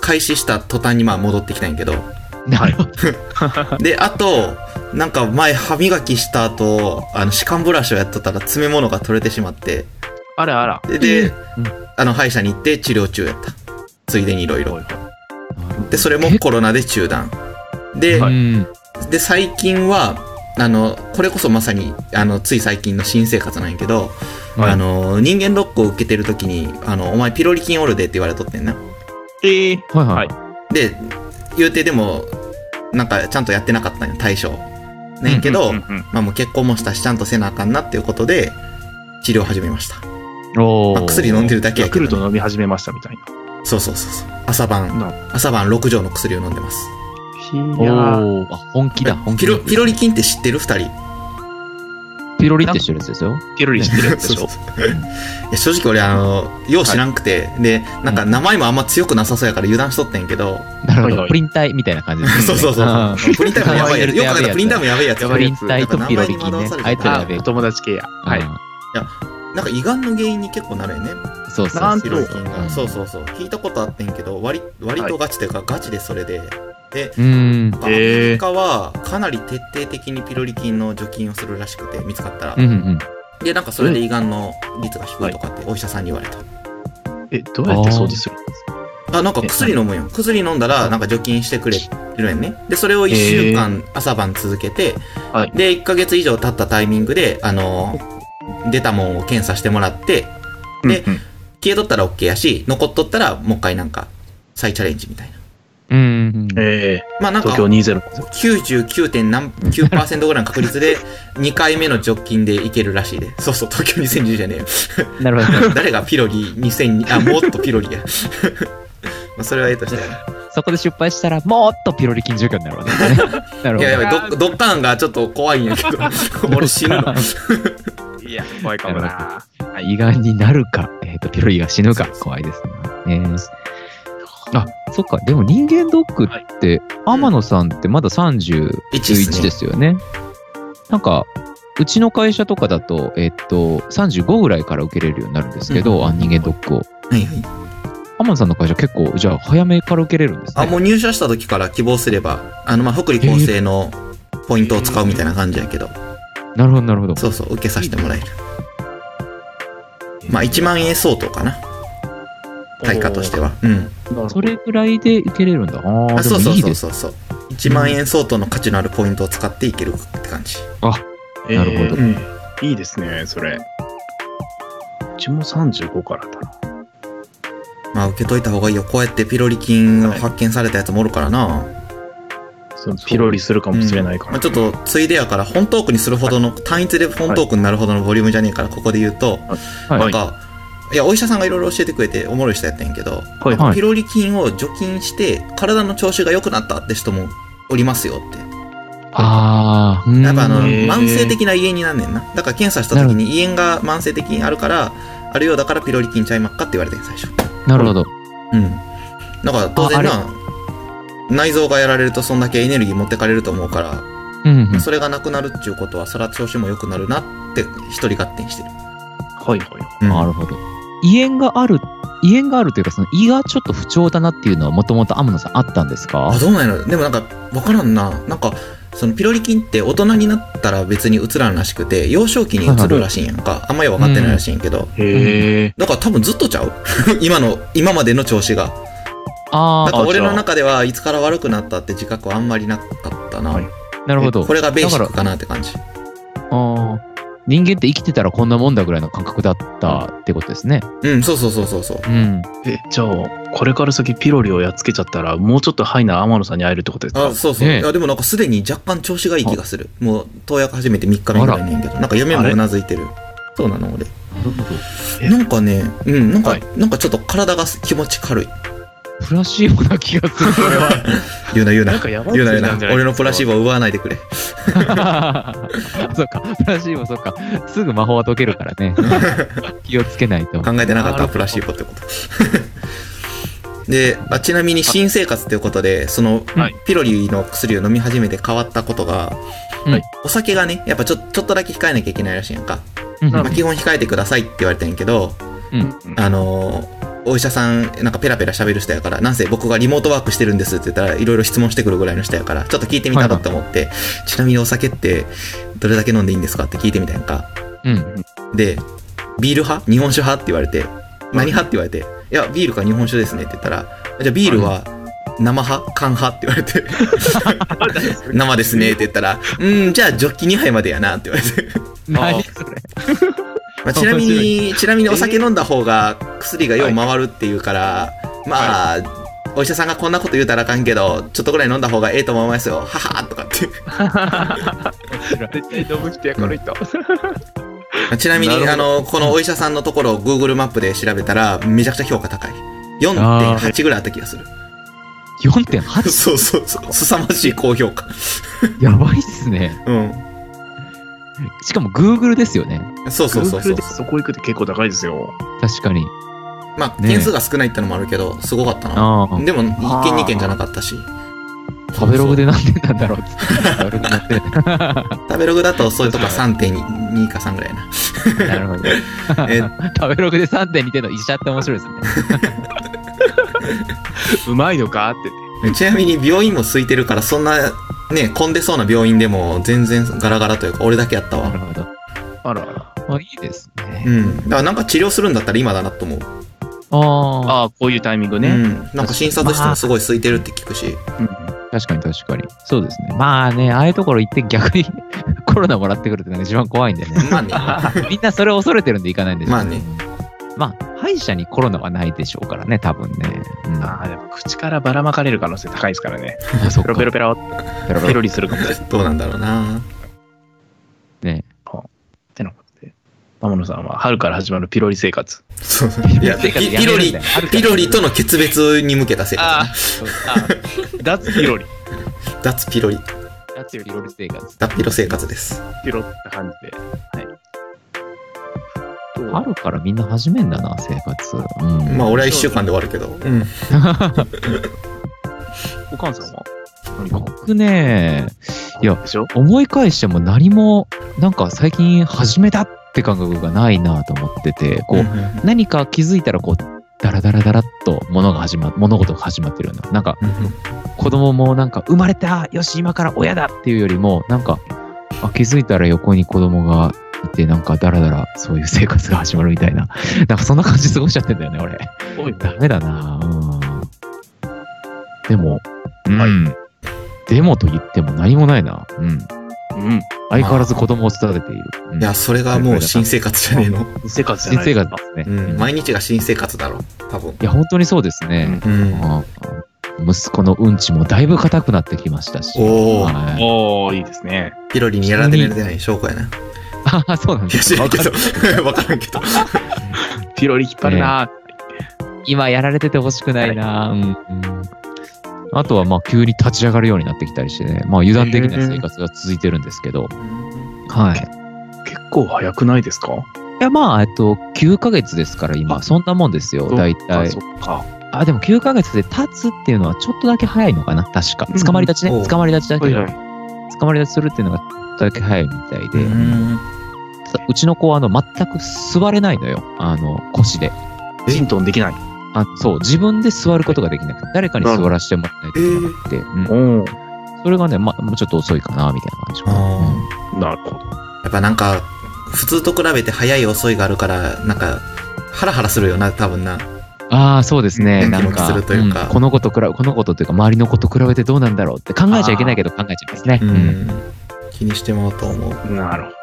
[SPEAKER 1] 開始した途端にまあ戻ってきたんやけど。
[SPEAKER 2] なるほど。
[SPEAKER 1] で、あと、なんか前歯磨きした後、あの、歯間ブラシをやっとったら詰め物が取れてしまって、
[SPEAKER 3] あらあら。
[SPEAKER 1] で、で
[SPEAKER 2] うん
[SPEAKER 1] あの、歯医者に行って治療中やった。ついでにいろいろ。で、それも
[SPEAKER 2] え
[SPEAKER 1] コロナで中断。で、
[SPEAKER 3] はい
[SPEAKER 2] うん
[SPEAKER 1] で、最近は、あの、これこそまさに、あの、つい最近の新生活なんやけど、
[SPEAKER 3] はい
[SPEAKER 1] あの、人間ドックを受けてる時に、あの、お前ピロリ菌おるでって言われとってんな。
[SPEAKER 3] ええ
[SPEAKER 2] はいはい。
[SPEAKER 1] で、言うてでも、なんかちゃんとやってなかったんよ、対象。ねんけど、
[SPEAKER 3] うんうんうん
[SPEAKER 1] まあもう結婚もしたし、ちゃんとせなあかんなっていうことで、治療始めました。
[SPEAKER 3] お
[SPEAKER 1] まあ薬飲んでるだけや
[SPEAKER 3] ヤ
[SPEAKER 1] け
[SPEAKER 3] ク
[SPEAKER 1] どね
[SPEAKER 3] ルト飲み始めましたみたいな。
[SPEAKER 1] そうそうそうそう。朝晩、
[SPEAKER 3] な
[SPEAKER 1] 朝晩6錠の薬を飲んでます。
[SPEAKER 3] いやー
[SPEAKER 2] おーあ本気だ、本気
[SPEAKER 1] ピロピロリ菌って知ってる二人。
[SPEAKER 2] ピロリってしてるやつですよ。
[SPEAKER 3] ピロリしてるやつ
[SPEAKER 1] そう
[SPEAKER 3] で
[SPEAKER 1] そ
[SPEAKER 3] し
[SPEAKER 1] う
[SPEAKER 3] ょ。
[SPEAKER 1] そういや正直俺、あの、よう知らんくて、で、なんか名前もあんま強くなさそうやから油断しとってんけど、
[SPEAKER 2] なるほ
[SPEAKER 3] はいは
[SPEAKER 2] ど。
[SPEAKER 3] い
[SPEAKER 2] プリン体みたいな感じです
[SPEAKER 1] <laughs>
[SPEAKER 2] ね。
[SPEAKER 1] そうそうそう
[SPEAKER 2] あー
[SPEAKER 1] プリンタイムやばいやつ。よく考えたらプリンタイムやばいやつ。
[SPEAKER 3] や
[SPEAKER 2] プ
[SPEAKER 3] ばい
[SPEAKER 2] リ
[SPEAKER 3] や
[SPEAKER 2] ン
[SPEAKER 3] つ
[SPEAKER 2] 体とピロリ菌ね。あいつら
[SPEAKER 3] あ
[SPEAKER 2] やべえ
[SPEAKER 3] お。友達系や。はい。
[SPEAKER 1] なんか胃がんの原因に結構なるよね。
[SPEAKER 2] うん。そうそう
[SPEAKER 3] なん
[SPEAKER 2] そ
[SPEAKER 1] ピ
[SPEAKER 2] う。
[SPEAKER 1] ロリ菌が。
[SPEAKER 2] ん
[SPEAKER 1] そうそうそう。聞いたことあってんけど、割割とガチというか、ガチでそれで。で、
[SPEAKER 2] うーん。
[SPEAKER 1] アメリカはかなり徹底的にピロリ菌の除菌をするらしくて、見つかったら
[SPEAKER 2] うんう。ん
[SPEAKER 1] で、なんかそれで胃がんの率が低いとかってお医者さんに言われた。
[SPEAKER 3] え、どうやって掃除するんですか
[SPEAKER 1] あ、なんか薬飲むよ。薬飲んだら、なんか除菌してくれるやんね。で、それを1週間、朝晩続けて、
[SPEAKER 3] はい
[SPEAKER 1] で、1ヶ月以上経ったタイミングで、あのー出たもんを検査してもらって、で
[SPEAKER 3] うんうん
[SPEAKER 1] 消えとったら OK やし、残っとったら、もう一回なんか、再チャレンジみたいな。
[SPEAKER 2] うん。うんうん。
[SPEAKER 3] ええ
[SPEAKER 1] まあなんか
[SPEAKER 3] 東、京20。
[SPEAKER 1] 99. 点何9%ぐらいの <laughs> 確率で、2回目の除菌でいけるらしいで。そうそう、東京2010じゃねえよ。
[SPEAKER 2] なるほど。
[SPEAKER 1] 誰がピロリ2002、あ、もっとピロリや。 <laughs> まあそれはええとして。
[SPEAKER 2] そこで失敗したら、もっとピロリ菌除去に
[SPEAKER 1] <laughs>
[SPEAKER 2] なるわけですね。なる
[SPEAKER 1] い
[SPEAKER 2] ほ
[SPEAKER 1] や
[SPEAKER 2] ど
[SPEAKER 1] い。や、ドドッカーンがちょっと怖いんやけど、俺死ぬの。
[SPEAKER 2] <laughs>
[SPEAKER 3] いや、怖いかもな。
[SPEAKER 2] あ胃がんになるか、えっ、と、ピロリが死ぬか、怖いですね。ねあ、そっか、でも人間ドックって、天野さんってまだ31ですよね。なんか、うちの会社とかだと、えっ、と、35ぐらいから受けれるようになるんですけど、
[SPEAKER 1] うん
[SPEAKER 2] あ人間ドックを。
[SPEAKER 1] はいはい。
[SPEAKER 2] 天野さんの会社結構、じゃあ早めから受けれるんです
[SPEAKER 1] あ、
[SPEAKER 2] ね。
[SPEAKER 1] もう入社した時から希望すれば、あの、まあ、福利厚生のポイントを使うみたいな感じやけど、
[SPEAKER 2] なるほど、なるほど。
[SPEAKER 1] そうそう、受けさせてもらえる。まあ、1万円相当かな、対価としては。うん。
[SPEAKER 3] は
[SPEAKER 2] それぐらいで受けれるんだ。あ
[SPEAKER 1] あ、
[SPEAKER 2] あ、で
[SPEAKER 1] そうそ
[SPEAKER 2] も
[SPEAKER 1] う
[SPEAKER 2] いい
[SPEAKER 1] そう
[SPEAKER 2] です。
[SPEAKER 1] そうそう。1万円相当の価値のあるポイントを使っていけるって感じ。
[SPEAKER 2] なるほど
[SPEAKER 1] うん。
[SPEAKER 3] いいですね、それ。うちも35からだな。
[SPEAKER 1] まあ、受けといた方がいいよ。こうやってピロリ菌が発見されたやつもおるからな。
[SPEAKER 3] そのピロリするかもしれないから。
[SPEAKER 1] まあ、ちょっとついでやから本トークにするほどの単一で本トークになるほどのボリュームじゃねえからここで言うと、
[SPEAKER 2] はい
[SPEAKER 1] なんか、い、やお医者さんがいろいろ教えてくれておもろい人やったんやけど、
[SPEAKER 3] はい
[SPEAKER 2] はい
[SPEAKER 1] ピロリ菌を除菌して体の調子が良くなったって人もおりますよって
[SPEAKER 2] ああ、
[SPEAKER 1] やっぱあの
[SPEAKER 2] うん
[SPEAKER 3] へー
[SPEAKER 1] 慢性的な胃炎になんねんなだから検査した時に胃炎が慢性的にあるからあるようだからピロリ菌ちゃいまっかって言われてん最初
[SPEAKER 2] なるほど。
[SPEAKER 1] うんだから当然
[SPEAKER 2] あ
[SPEAKER 1] な内臓がやられるとそんだけエネルギー持ってかれると思うから
[SPEAKER 2] うんうん。
[SPEAKER 1] それがなくなるっていうことは、そら調子も良くなるなって、一人勝手にしてる。
[SPEAKER 3] はいはい。
[SPEAKER 2] なるほど。胃炎がある、胃炎があるというか、その胃がちょっと不調だなっていうのは、もともと天野さんあったんですか
[SPEAKER 1] あ、どうなんやろでもなんか、わからんな。なんか、そのピロリ菌って大人になったら別に移らんらしくて、幼少期に移るらしいんやんか。あんまり分かってないらしいんやけど。
[SPEAKER 3] へえ。
[SPEAKER 1] だから多分ずっとちゃう今の、今までの調子が。
[SPEAKER 2] あ
[SPEAKER 1] なん
[SPEAKER 2] あ、
[SPEAKER 1] か俺の中ではいつから悪くなったって自覚はあんまりなかったな。
[SPEAKER 3] はい
[SPEAKER 2] なるほど。
[SPEAKER 1] これがベーシッ
[SPEAKER 2] だ
[SPEAKER 1] ク
[SPEAKER 2] か
[SPEAKER 1] かなって感じ。
[SPEAKER 2] ら、あー人間って生きてたらこんなもんだぐらいの感覚だったってことですね。
[SPEAKER 1] うん、そうそうそうそうそう。
[SPEAKER 2] うん。
[SPEAKER 3] え、じゃあ、これから先ピロリをやっつけちゃったら、もうちょっとハイな天野さんに会えるってことですか
[SPEAKER 1] あ、そうそう。
[SPEAKER 2] ねえ
[SPEAKER 1] いやでもなんかすでに若干調子がいい気がする。もう、投薬始めて3日目ぐらいなんやけど、なんか夢もうなずいてる。そうなの俺。
[SPEAKER 2] なるほど。
[SPEAKER 3] え
[SPEAKER 1] なんかね、うん、なんか、
[SPEAKER 3] はい
[SPEAKER 1] なんかちょっと体が気持ち軽い。
[SPEAKER 2] プラシーボな気が <laughs> する、それ
[SPEAKER 1] 言うな言う
[SPEAKER 3] なん
[SPEAKER 1] な。
[SPEAKER 3] かやばい
[SPEAKER 1] 言うな言う
[SPEAKER 3] な
[SPEAKER 1] な。俺のプラシーボを奪わないでくれ。
[SPEAKER 2] は。そっか、プラシーボ、そっか。すぐ魔法は解けるから <laughs> ね。気をつけないと。
[SPEAKER 1] 考えてなかった、
[SPEAKER 3] なるほど
[SPEAKER 1] プラシーボってこと。 <laughs> であ、ちなみに新生活ということで、その、
[SPEAKER 3] はい
[SPEAKER 1] ピロリの薬を飲み始めて変わったことが、
[SPEAKER 2] はい
[SPEAKER 1] お酒がね、やっぱちょちょっとだけ控えなきゃいけないらしいやんか。
[SPEAKER 2] うん
[SPEAKER 1] まあ、基本控えてくださいって言われてんけど、
[SPEAKER 2] うん
[SPEAKER 1] あのーお医者さん、なんかペラペラ喋る人やから、なんせ僕がリモートワークしてるんですって言ったら、いろいろ質問してくるぐらいの人やから、ちょっと聞いてみたなと思って、ちなみにお酒って、どれだけ飲んでいいんですかって聞いてみたやんか。
[SPEAKER 2] うん。
[SPEAKER 1] で、ビール派日本酒派って言われて、何派って言われて、いや、ビールか日本酒ですねって言ったら、じゃあビールは生派缶派って言われて <laughs> 生ですねって言ったら「うんじゃあジョッキ2杯までやな」って言わ <laughs> れて、
[SPEAKER 2] 何それ
[SPEAKER 1] まあ、ちなみにちなみにお酒飲んだ方が薬がよう回るっていうから、まあ、お医者さんがこんなこと言うたらあかんけどちょっとぐらい飲んだ方がええと思いますよははとかって
[SPEAKER 3] 絶対飲む人やこの人。
[SPEAKER 1] まあちなみ
[SPEAKER 3] なる
[SPEAKER 1] に
[SPEAKER 3] ほ
[SPEAKER 1] あのこのお医者さんのところを Google マップで調べたらめちゃくちゃ評価高い4.8ぐらいあった気がする <laughs>
[SPEAKER 2] ?4.8?
[SPEAKER 1] そうそうそう凄まじい高評価
[SPEAKER 2] やばいっすね。
[SPEAKER 1] うん
[SPEAKER 2] しかも Google ですよね。
[SPEAKER 1] そうそうそう
[SPEAKER 3] Google
[SPEAKER 1] そう
[SPEAKER 3] でそこ行くって結構高いですよ。
[SPEAKER 2] 確かに。
[SPEAKER 1] まあ
[SPEAKER 2] ねえ
[SPEAKER 1] 件数が少ないってのもあるけどすごかったな
[SPEAKER 2] ああ。
[SPEAKER 1] でも1
[SPEAKER 3] あ
[SPEAKER 1] 件
[SPEAKER 3] ー
[SPEAKER 1] 2件じゃなかったし
[SPEAKER 2] 食べログで何点なんだろうっつって。食べログなって
[SPEAKER 1] 食べログだとそういうとこは3.2か3ぐらいな
[SPEAKER 2] なるほど。
[SPEAKER 1] え
[SPEAKER 2] 食べログで3.2点の医者って面白いですね。
[SPEAKER 3] うまいのかって
[SPEAKER 1] ちなみに病院も空いてるからそんなね混んでそうな病院でも全然ガラガラというか俺だけやった
[SPEAKER 2] なる
[SPEAKER 1] わ
[SPEAKER 2] ほど。
[SPEAKER 3] 言って。あらあら。
[SPEAKER 2] あ、いいです
[SPEAKER 1] う
[SPEAKER 2] ね。
[SPEAKER 1] んだからなんか治療するんだったら今だなと思う
[SPEAKER 2] ああ、
[SPEAKER 3] ああ、こういうタイミング
[SPEAKER 1] う
[SPEAKER 3] ね。
[SPEAKER 1] ん、なんか診察室もすごい空いてるって聞くし、
[SPEAKER 3] うん
[SPEAKER 2] 確かに確かに。そうですね。まあね、ああいうところ行って逆に <laughs> コロナもらってくるってのが一番怖いんでね。
[SPEAKER 1] <laughs> まあね、
[SPEAKER 2] みんなそれを恐れてるんで行かないんでしょう
[SPEAKER 1] まあね。
[SPEAKER 2] まあ、歯医者にコロナはないでしょうからね、多分ね。うん、
[SPEAKER 3] ああ、でも口からばらまかれる可能性高いですからね。
[SPEAKER 2] あそっ
[SPEAKER 3] ペロペロペロって
[SPEAKER 2] ペロ
[SPEAKER 3] ペロリするかもしれない。
[SPEAKER 1] どうなんだろうな。
[SPEAKER 2] ね。
[SPEAKER 3] ってなことで。天野さんは春から始まるピロリ生活。
[SPEAKER 1] そうい <laughs> や、ピピロリ、、ピロリとの決別に向けた生活。
[SPEAKER 3] あ、 <laughs> 脱ピロリ。
[SPEAKER 1] 脱ピロリ、
[SPEAKER 2] やつよりロリ生活。
[SPEAKER 1] 脱ピロ生活です。
[SPEAKER 3] ピロって感じで。はい。どう
[SPEAKER 2] 春からみんな始めんだな、生活。うん。
[SPEAKER 1] まあ、俺は一週間で終わるけど。うん。
[SPEAKER 3] お母さんは何か
[SPEAKER 2] 僕ね、いや
[SPEAKER 3] でしょ
[SPEAKER 2] 思い返しても何も、なんか最近始めたって感覚がないなと思ってて、こう、
[SPEAKER 1] うんうん
[SPEAKER 2] 何か気づいたらこう、ダラダラダラっと物が始ま、物事が始まってるような。なんか子供もなんか生まれたよし今から親だっていうよりもなんかあ気づいたら横に子供がいてなんかダラダラそういう生活が始まるみたいな <laughs> なんかそんな感じ過ごしちゃってんだよね俺
[SPEAKER 3] おい
[SPEAKER 2] ダメだなうんでもうん、でもと言っても何もないなうん
[SPEAKER 3] うん。
[SPEAKER 2] 相変わらず子供を育てている、うん
[SPEAKER 1] いや、それがもう新生活じゃねえの。
[SPEAKER 3] 生活じゃ
[SPEAKER 2] 新
[SPEAKER 3] ない
[SPEAKER 2] 生
[SPEAKER 3] です
[SPEAKER 2] 活で
[SPEAKER 3] か。
[SPEAKER 2] す
[SPEAKER 1] う
[SPEAKER 2] ね、
[SPEAKER 1] ん。
[SPEAKER 2] い
[SPEAKER 1] 毎日が新生活だろう。多分。
[SPEAKER 2] や本当にそうですね、
[SPEAKER 1] うん。
[SPEAKER 2] あ息子のうんちもだいぶ硬くなってきましたし
[SPEAKER 1] おー
[SPEAKER 2] はい
[SPEAKER 3] おー、いいですね。
[SPEAKER 1] ピロリにやられてない証拠やな。い
[SPEAKER 2] ああそうなんで
[SPEAKER 1] や、
[SPEAKER 2] す
[SPEAKER 1] 知
[SPEAKER 2] ね
[SPEAKER 1] らんけど。 <laughs> わからんけど。
[SPEAKER 3] ピロリ引っ張るな
[SPEAKER 2] 今やられててほしくないな、うんうんあとはまあ急に立ち上がるようになってきたりしてね、まあ油断できない生活が続いてるんですけど、はい。い
[SPEAKER 3] 結構早くないですか
[SPEAKER 2] やまあ、えっと、9ヶ月ですから今、
[SPEAKER 3] あ
[SPEAKER 2] そんなもんですよ、大体
[SPEAKER 3] そ。っか。
[SPEAKER 2] あ、でも9ヶ月で立つっていうのはちょっとだけ早いのかな、確か。
[SPEAKER 3] うん
[SPEAKER 2] 捕まり立ち
[SPEAKER 1] お
[SPEAKER 2] ね、
[SPEAKER 1] う
[SPEAKER 2] 捕まり立ちだけ
[SPEAKER 3] はい
[SPEAKER 2] ど、
[SPEAKER 3] はい。
[SPEAKER 2] 捕まり立ちするっていうのがちょっとだけ早いみたいで、
[SPEAKER 1] うん。
[SPEAKER 2] ただうちの子はあの全く座れないのよ、あの、腰で。
[SPEAKER 3] 浸透できない。
[SPEAKER 2] あそう、自分で座ることができなくて、誰かに座らせてもらわないといけなくて、うん
[SPEAKER 3] おお。
[SPEAKER 2] それがね、まあ、もうちょっと遅いかな、みたいな感じかな
[SPEAKER 1] あー
[SPEAKER 2] うん
[SPEAKER 3] なるほど。
[SPEAKER 1] やっぱなんか、普通と比べて早い遅いがあるから、なんか、ハラハラするよな、多分な。
[SPEAKER 2] ああ、そうですね。
[SPEAKER 1] うん
[SPEAKER 2] なん
[SPEAKER 1] ドキドキ
[SPEAKER 2] か、
[SPEAKER 1] するというか
[SPEAKER 2] うんこのこと比べ、このことというか、周りのこと比べてどうなんだろうって考えちゃいけないけど考えちゃいますね。
[SPEAKER 1] う
[SPEAKER 2] うん
[SPEAKER 1] ん。気にしてもらうと思う。
[SPEAKER 3] なるほど。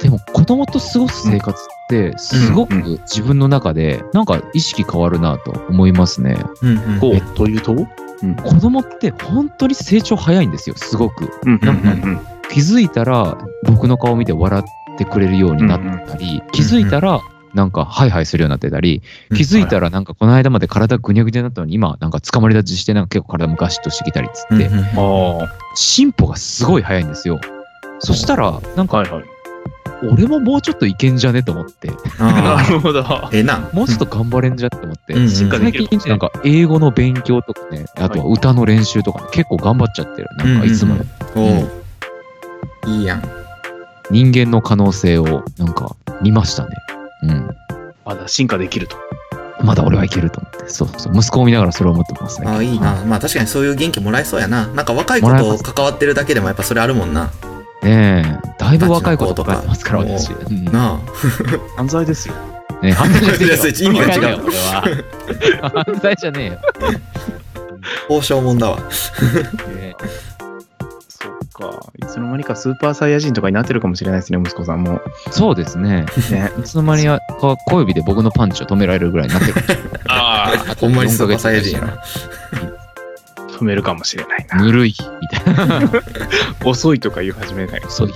[SPEAKER 2] でも、子供と過ごす生活って、すごく
[SPEAKER 3] うん
[SPEAKER 2] 自分の中で、なんか意識変わるなと思いますね。
[SPEAKER 1] うんうん
[SPEAKER 3] こ
[SPEAKER 2] え
[SPEAKER 3] う、というとうん。
[SPEAKER 2] 子供って本当に成長早いんですよ、すごく。
[SPEAKER 3] うん
[SPEAKER 1] うん
[SPEAKER 3] うん。
[SPEAKER 2] 気づいたら、僕の顔を見て笑ってくれるようになったり、気づいたら、なんか、ハイハイするようになってたり、気づいたらなんかこの間まで体ぐにゃぐにゃになったのに今なんか捕まり立ちしてなんか結構体もガシッとしてきたりっつって
[SPEAKER 1] うんうん
[SPEAKER 3] あ
[SPEAKER 2] 進歩がすごい早いんですよそしたらなん
[SPEAKER 3] あ。
[SPEAKER 2] か
[SPEAKER 3] はいはい。
[SPEAKER 2] 俺ももうちょっといけんじゃねと思って
[SPEAKER 1] あー
[SPEAKER 3] るほど。
[SPEAKER 1] ええな。
[SPEAKER 2] もうちょっと頑張れんじゃって思って
[SPEAKER 1] うん
[SPEAKER 2] 最
[SPEAKER 3] 化できる
[SPEAKER 2] 近なんか英語の勉強とかねあとは歌の練習とかね結構頑張っちゃってるなんかいつもより
[SPEAKER 1] おういいやん。
[SPEAKER 2] 人間の可能性をなんか見ましたね
[SPEAKER 3] まだ進化できると。
[SPEAKER 2] うんまだ俺はいけると思ってそうそう息子を見ながらそれを思ってますね
[SPEAKER 1] あーいいな。まあ確かにそういう元気もらえそうやな。なんか若い子
[SPEAKER 2] もらえま
[SPEAKER 1] と関わってるだけでもやっぱそれあるもんな。
[SPEAKER 2] ねえだいぶ若い子とかいますから
[SPEAKER 1] ガチの子
[SPEAKER 2] 私
[SPEAKER 1] と
[SPEAKER 2] うん
[SPEAKER 1] なあ。
[SPEAKER 3] 犯罪ですよ。
[SPEAKER 2] ね、犯罪ですよ。
[SPEAKER 1] 意味が違う
[SPEAKER 2] これは。犯罪じゃねえよ。
[SPEAKER 1] 交渉もんだわ。
[SPEAKER 2] ね
[SPEAKER 3] そっか。いつの間にかスーパーサイヤ人とかになってるかもしれないですね、息子さんも。
[SPEAKER 2] そうで
[SPEAKER 1] <laughs>
[SPEAKER 2] すね。
[SPEAKER 3] ね。
[SPEAKER 2] いつの間にか小指で僕のパンチを止められるぐらいになってる。
[SPEAKER 3] <laughs> ああ、
[SPEAKER 1] <laughs> ほんまにスーパーサイヤ人やな。
[SPEAKER 3] 止めるかもしれないな。
[SPEAKER 2] ぬるい、みたいな。
[SPEAKER 3] 遅いとか言い始めない。
[SPEAKER 2] そうい。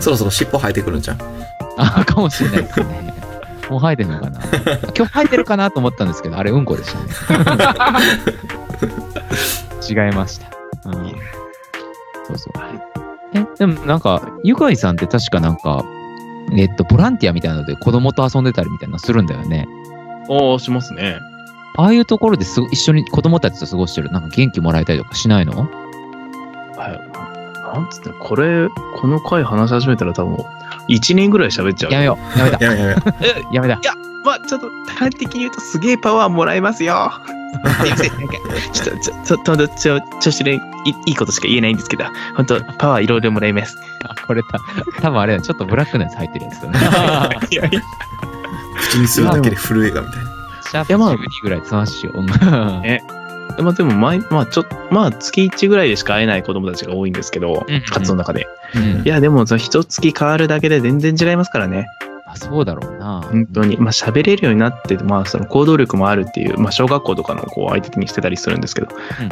[SPEAKER 1] そろそろ尻尾生えてくるんじゃん。
[SPEAKER 2] あ、かもしれないですね。もう生えてるのかな。今日生えてるかなと思ったんですけど、あれうんこで <laughs> したね。違いました。うん、そうそう。え、でもなんか、ゆかいさんって確かなんか、えっと、ボランティアみたいなので子供と遊んでたりみたいなのするんだよね。
[SPEAKER 3] おー、しますね。
[SPEAKER 2] ああいうところですご一緒に子供たちと過ごしてる、なんか元気もらえたりとかしないの
[SPEAKER 3] はい。なんつって、これ、この回話し始めたら多分、1年ぐらい喋っちゃう。
[SPEAKER 2] やめよう、やめだ、
[SPEAKER 1] やめやめ。
[SPEAKER 3] え
[SPEAKER 2] やめだ。
[SPEAKER 3] まあ、ちょっと端的に言うとすげえパワーもらえますよ。 <laughs> すいませんなんかちょっと、ちょちょっと、ちょ、調子でいいいことしか言えないんですけど、本当パワーいろいろもらえます。
[SPEAKER 2] あこれた、多分あれだ、ちょっとブラックなやつ入ってるんですよね。
[SPEAKER 3] <laughs> いやいや
[SPEAKER 1] 口にするだけで震えがみたいな。
[SPEAKER 2] シャープ12ぐらいつましよう。うん
[SPEAKER 3] まあでも毎、まあちょっと、まあ月1ぐらいでしか会えない子供たちが多いんですけど
[SPEAKER 2] うんうん、
[SPEAKER 3] 活動の中で。いや、でも、その一月変わるだけで全然違いますからね。
[SPEAKER 2] あそうだろうな。
[SPEAKER 3] 本当に。まあ喋れるようになって、まあその行動力もあるっていう、まあ小学校とかの子を相手にしてたりするんですけど、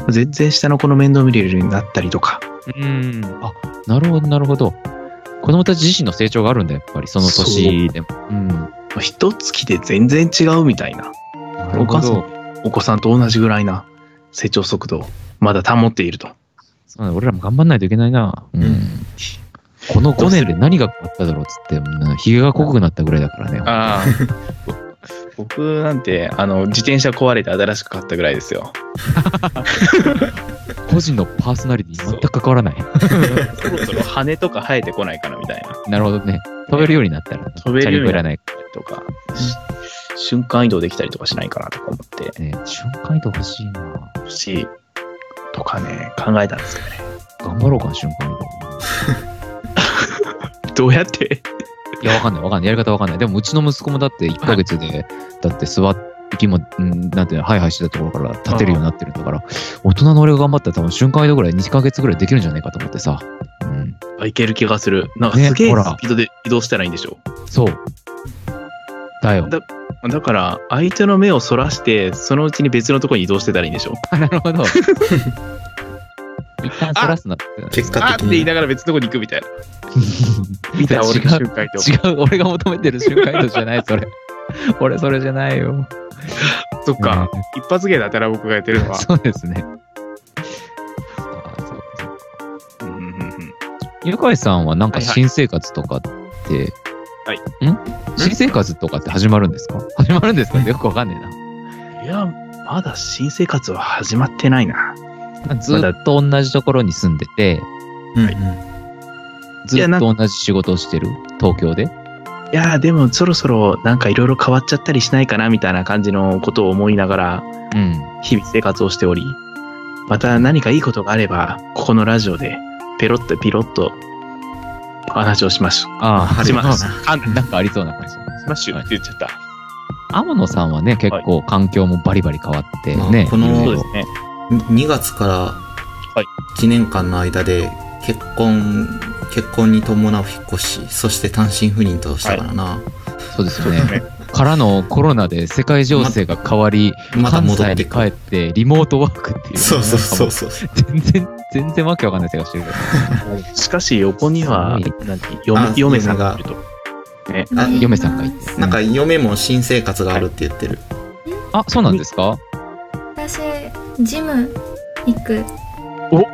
[SPEAKER 2] うん
[SPEAKER 3] 全然下の子の面倒見れるようになったりとか、
[SPEAKER 2] うん。あ、なるほど、なるほど。子供たち自身の成長があるんだ、やっぱり、その年でも。うん。
[SPEAKER 3] 一月で全然違うみたいな
[SPEAKER 2] なる
[SPEAKER 3] お
[SPEAKER 2] ほ
[SPEAKER 3] 母さ
[SPEAKER 2] ど。
[SPEAKER 3] んお子さんと同じぐらいな成長速度をまだ保っていると
[SPEAKER 2] そうだ俺らも頑張んないといけないな。うん。
[SPEAKER 1] うん
[SPEAKER 2] この5年で何が変わっただろうっつって、うんひげが濃くなったぐらいだからね。
[SPEAKER 3] ああ <laughs> 僕なんてあの自転車壊れて新しく買ったぐらいですよ
[SPEAKER 2] 個人のパーソナリティに全く関わらない。
[SPEAKER 3] そろそろ羽とか生えてこないかなみたいな
[SPEAKER 2] <laughs> なるほどね。飛べるようになったら、
[SPEAKER 3] 飛べるよう
[SPEAKER 2] チャリこ
[SPEAKER 3] になった
[SPEAKER 2] らない
[SPEAKER 3] とか、し瞬間移動できたりとかしないかなとか思って
[SPEAKER 2] ね。瞬間移動欲しいな。
[SPEAKER 3] しとかね考えたんですけどね
[SPEAKER 2] 頑張ろうかな、瞬間移動。
[SPEAKER 3] どうやって
[SPEAKER 2] いや、わかんない、わかんない。やり方わかんない。でも、うちの息子もだって1ヶ月で、だって座って、息も、んなんていうの、ハイハイしてたところから立てるようになってるんだから、大人の俺が頑張ったら多分瞬間移動ぐらい2ヶ月ぐらいできるんじゃないかと思ってさ。うん。
[SPEAKER 3] あいける気がするなんか
[SPEAKER 2] ね
[SPEAKER 3] すげえス
[SPEAKER 2] ほら
[SPEAKER 3] ピードで移動したらいいんでしょ
[SPEAKER 2] そう。だよ。
[SPEAKER 3] だから相手の目をそらしてそのうちに別のところに移動してたらいいんでしょ
[SPEAKER 2] <laughs> なるほど。一旦そらすなって。
[SPEAKER 1] 結
[SPEAKER 3] あ
[SPEAKER 1] 果
[SPEAKER 3] ーっ
[SPEAKER 1] 的
[SPEAKER 3] て言い
[SPEAKER 1] に。
[SPEAKER 3] ながら別のとこに行くみた <laughs> いな。見た俺の瞬間と。
[SPEAKER 2] 違う、俺が求めてる瞬間移動じゃない、 <laughs> それ。俺、それじゃないよ。
[SPEAKER 3] そっか。一発芸だったら僕がやってるのは。
[SPEAKER 2] そうですね。あそうかそうか
[SPEAKER 3] <laughs> うんうんうん
[SPEAKER 2] ゆかいさんはなんか
[SPEAKER 3] はいはい
[SPEAKER 2] 新生活とかって、
[SPEAKER 3] はい
[SPEAKER 2] ん新生活とかって始まるんですか <laughs> 始まるんですかってよくわかんね
[SPEAKER 3] いや、まだ新生活は始まってないな。
[SPEAKER 2] えな。ずっと同じところに住んでて、
[SPEAKER 1] うん
[SPEAKER 3] は
[SPEAKER 2] ず
[SPEAKER 3] いや
[SPEAKER 2] っ
[SPEAKER 3] なん
[SPEAKER 2] と同じ仕事をしてる東京で。
[SPEAKER 3] いや、でもそろそろなんかいろいろ変わっちゃったりしないかなみたいな感じのことを思いながら
[SPEAKER 2] うん。
[SPEAKER 3] 日々生活をしており、また何かいいことがあれば、ここのラジオでペロッとピロッとお話をします。
[SPEAKER 2] ああ、
[SPEAKER 3] 始まる。
[SPEAKER 2] そう
[SPEAKER 3] あん
[SPEAKER 2] なんかありそうな感じ。
[SPEAKER 3] スマッシュって言っちゃった。
[SPEAKER 2] 天野さんはね、結構環境もバリバリ変わって
[SPEAKER 1] ま
[SPEAKER 2] ね。
[SPEAKER 1] あこの
[SPEAKER 2] いろい
[SPEAKER 3] そう
[SPEAKER 2] ろ
[SPEAKER 3] ですね。
[SPEAKER 1] 2月から1年間の間で結婚、結婚に伴う引っ越し、そして単身赴任としたからな。
[SPEAKER 2] そうですよね。からのコロナで世界情勢が変わり、
[SPEAKER 1] また
[SPEAKER 2] 関
[SPEAKER 1] 戻っ
[SPEAKER 2] 西
[SPEAKER 1] て
[SPEAKER 2] に
[SPEAKER 1] く
[SPEAKER 2] 帰ってリモートワークっていう。
[SPEAKER 1] そうそうそうそう。
[SPEAKER 2] 全然、全然わけわかんない世界してるけど。
[SPEAKER 3] しかし横には
[SPEAKER 2] す
[SPEAKER 3] 何嫁
[SPEAKER 1] あ
[SPEAKER 3] 嫁さんがいると。
[SPEAKER 1] あ
[SPEAKER 2] 嫁さんがいて。
[SPEAKER 1] なんか嫁も新生活があるって言ってる。
[SPEAKER 2] あ、そうなんですか
[SPEAKER 4] 私ジム行く
[SPEAKER 2] <laughs>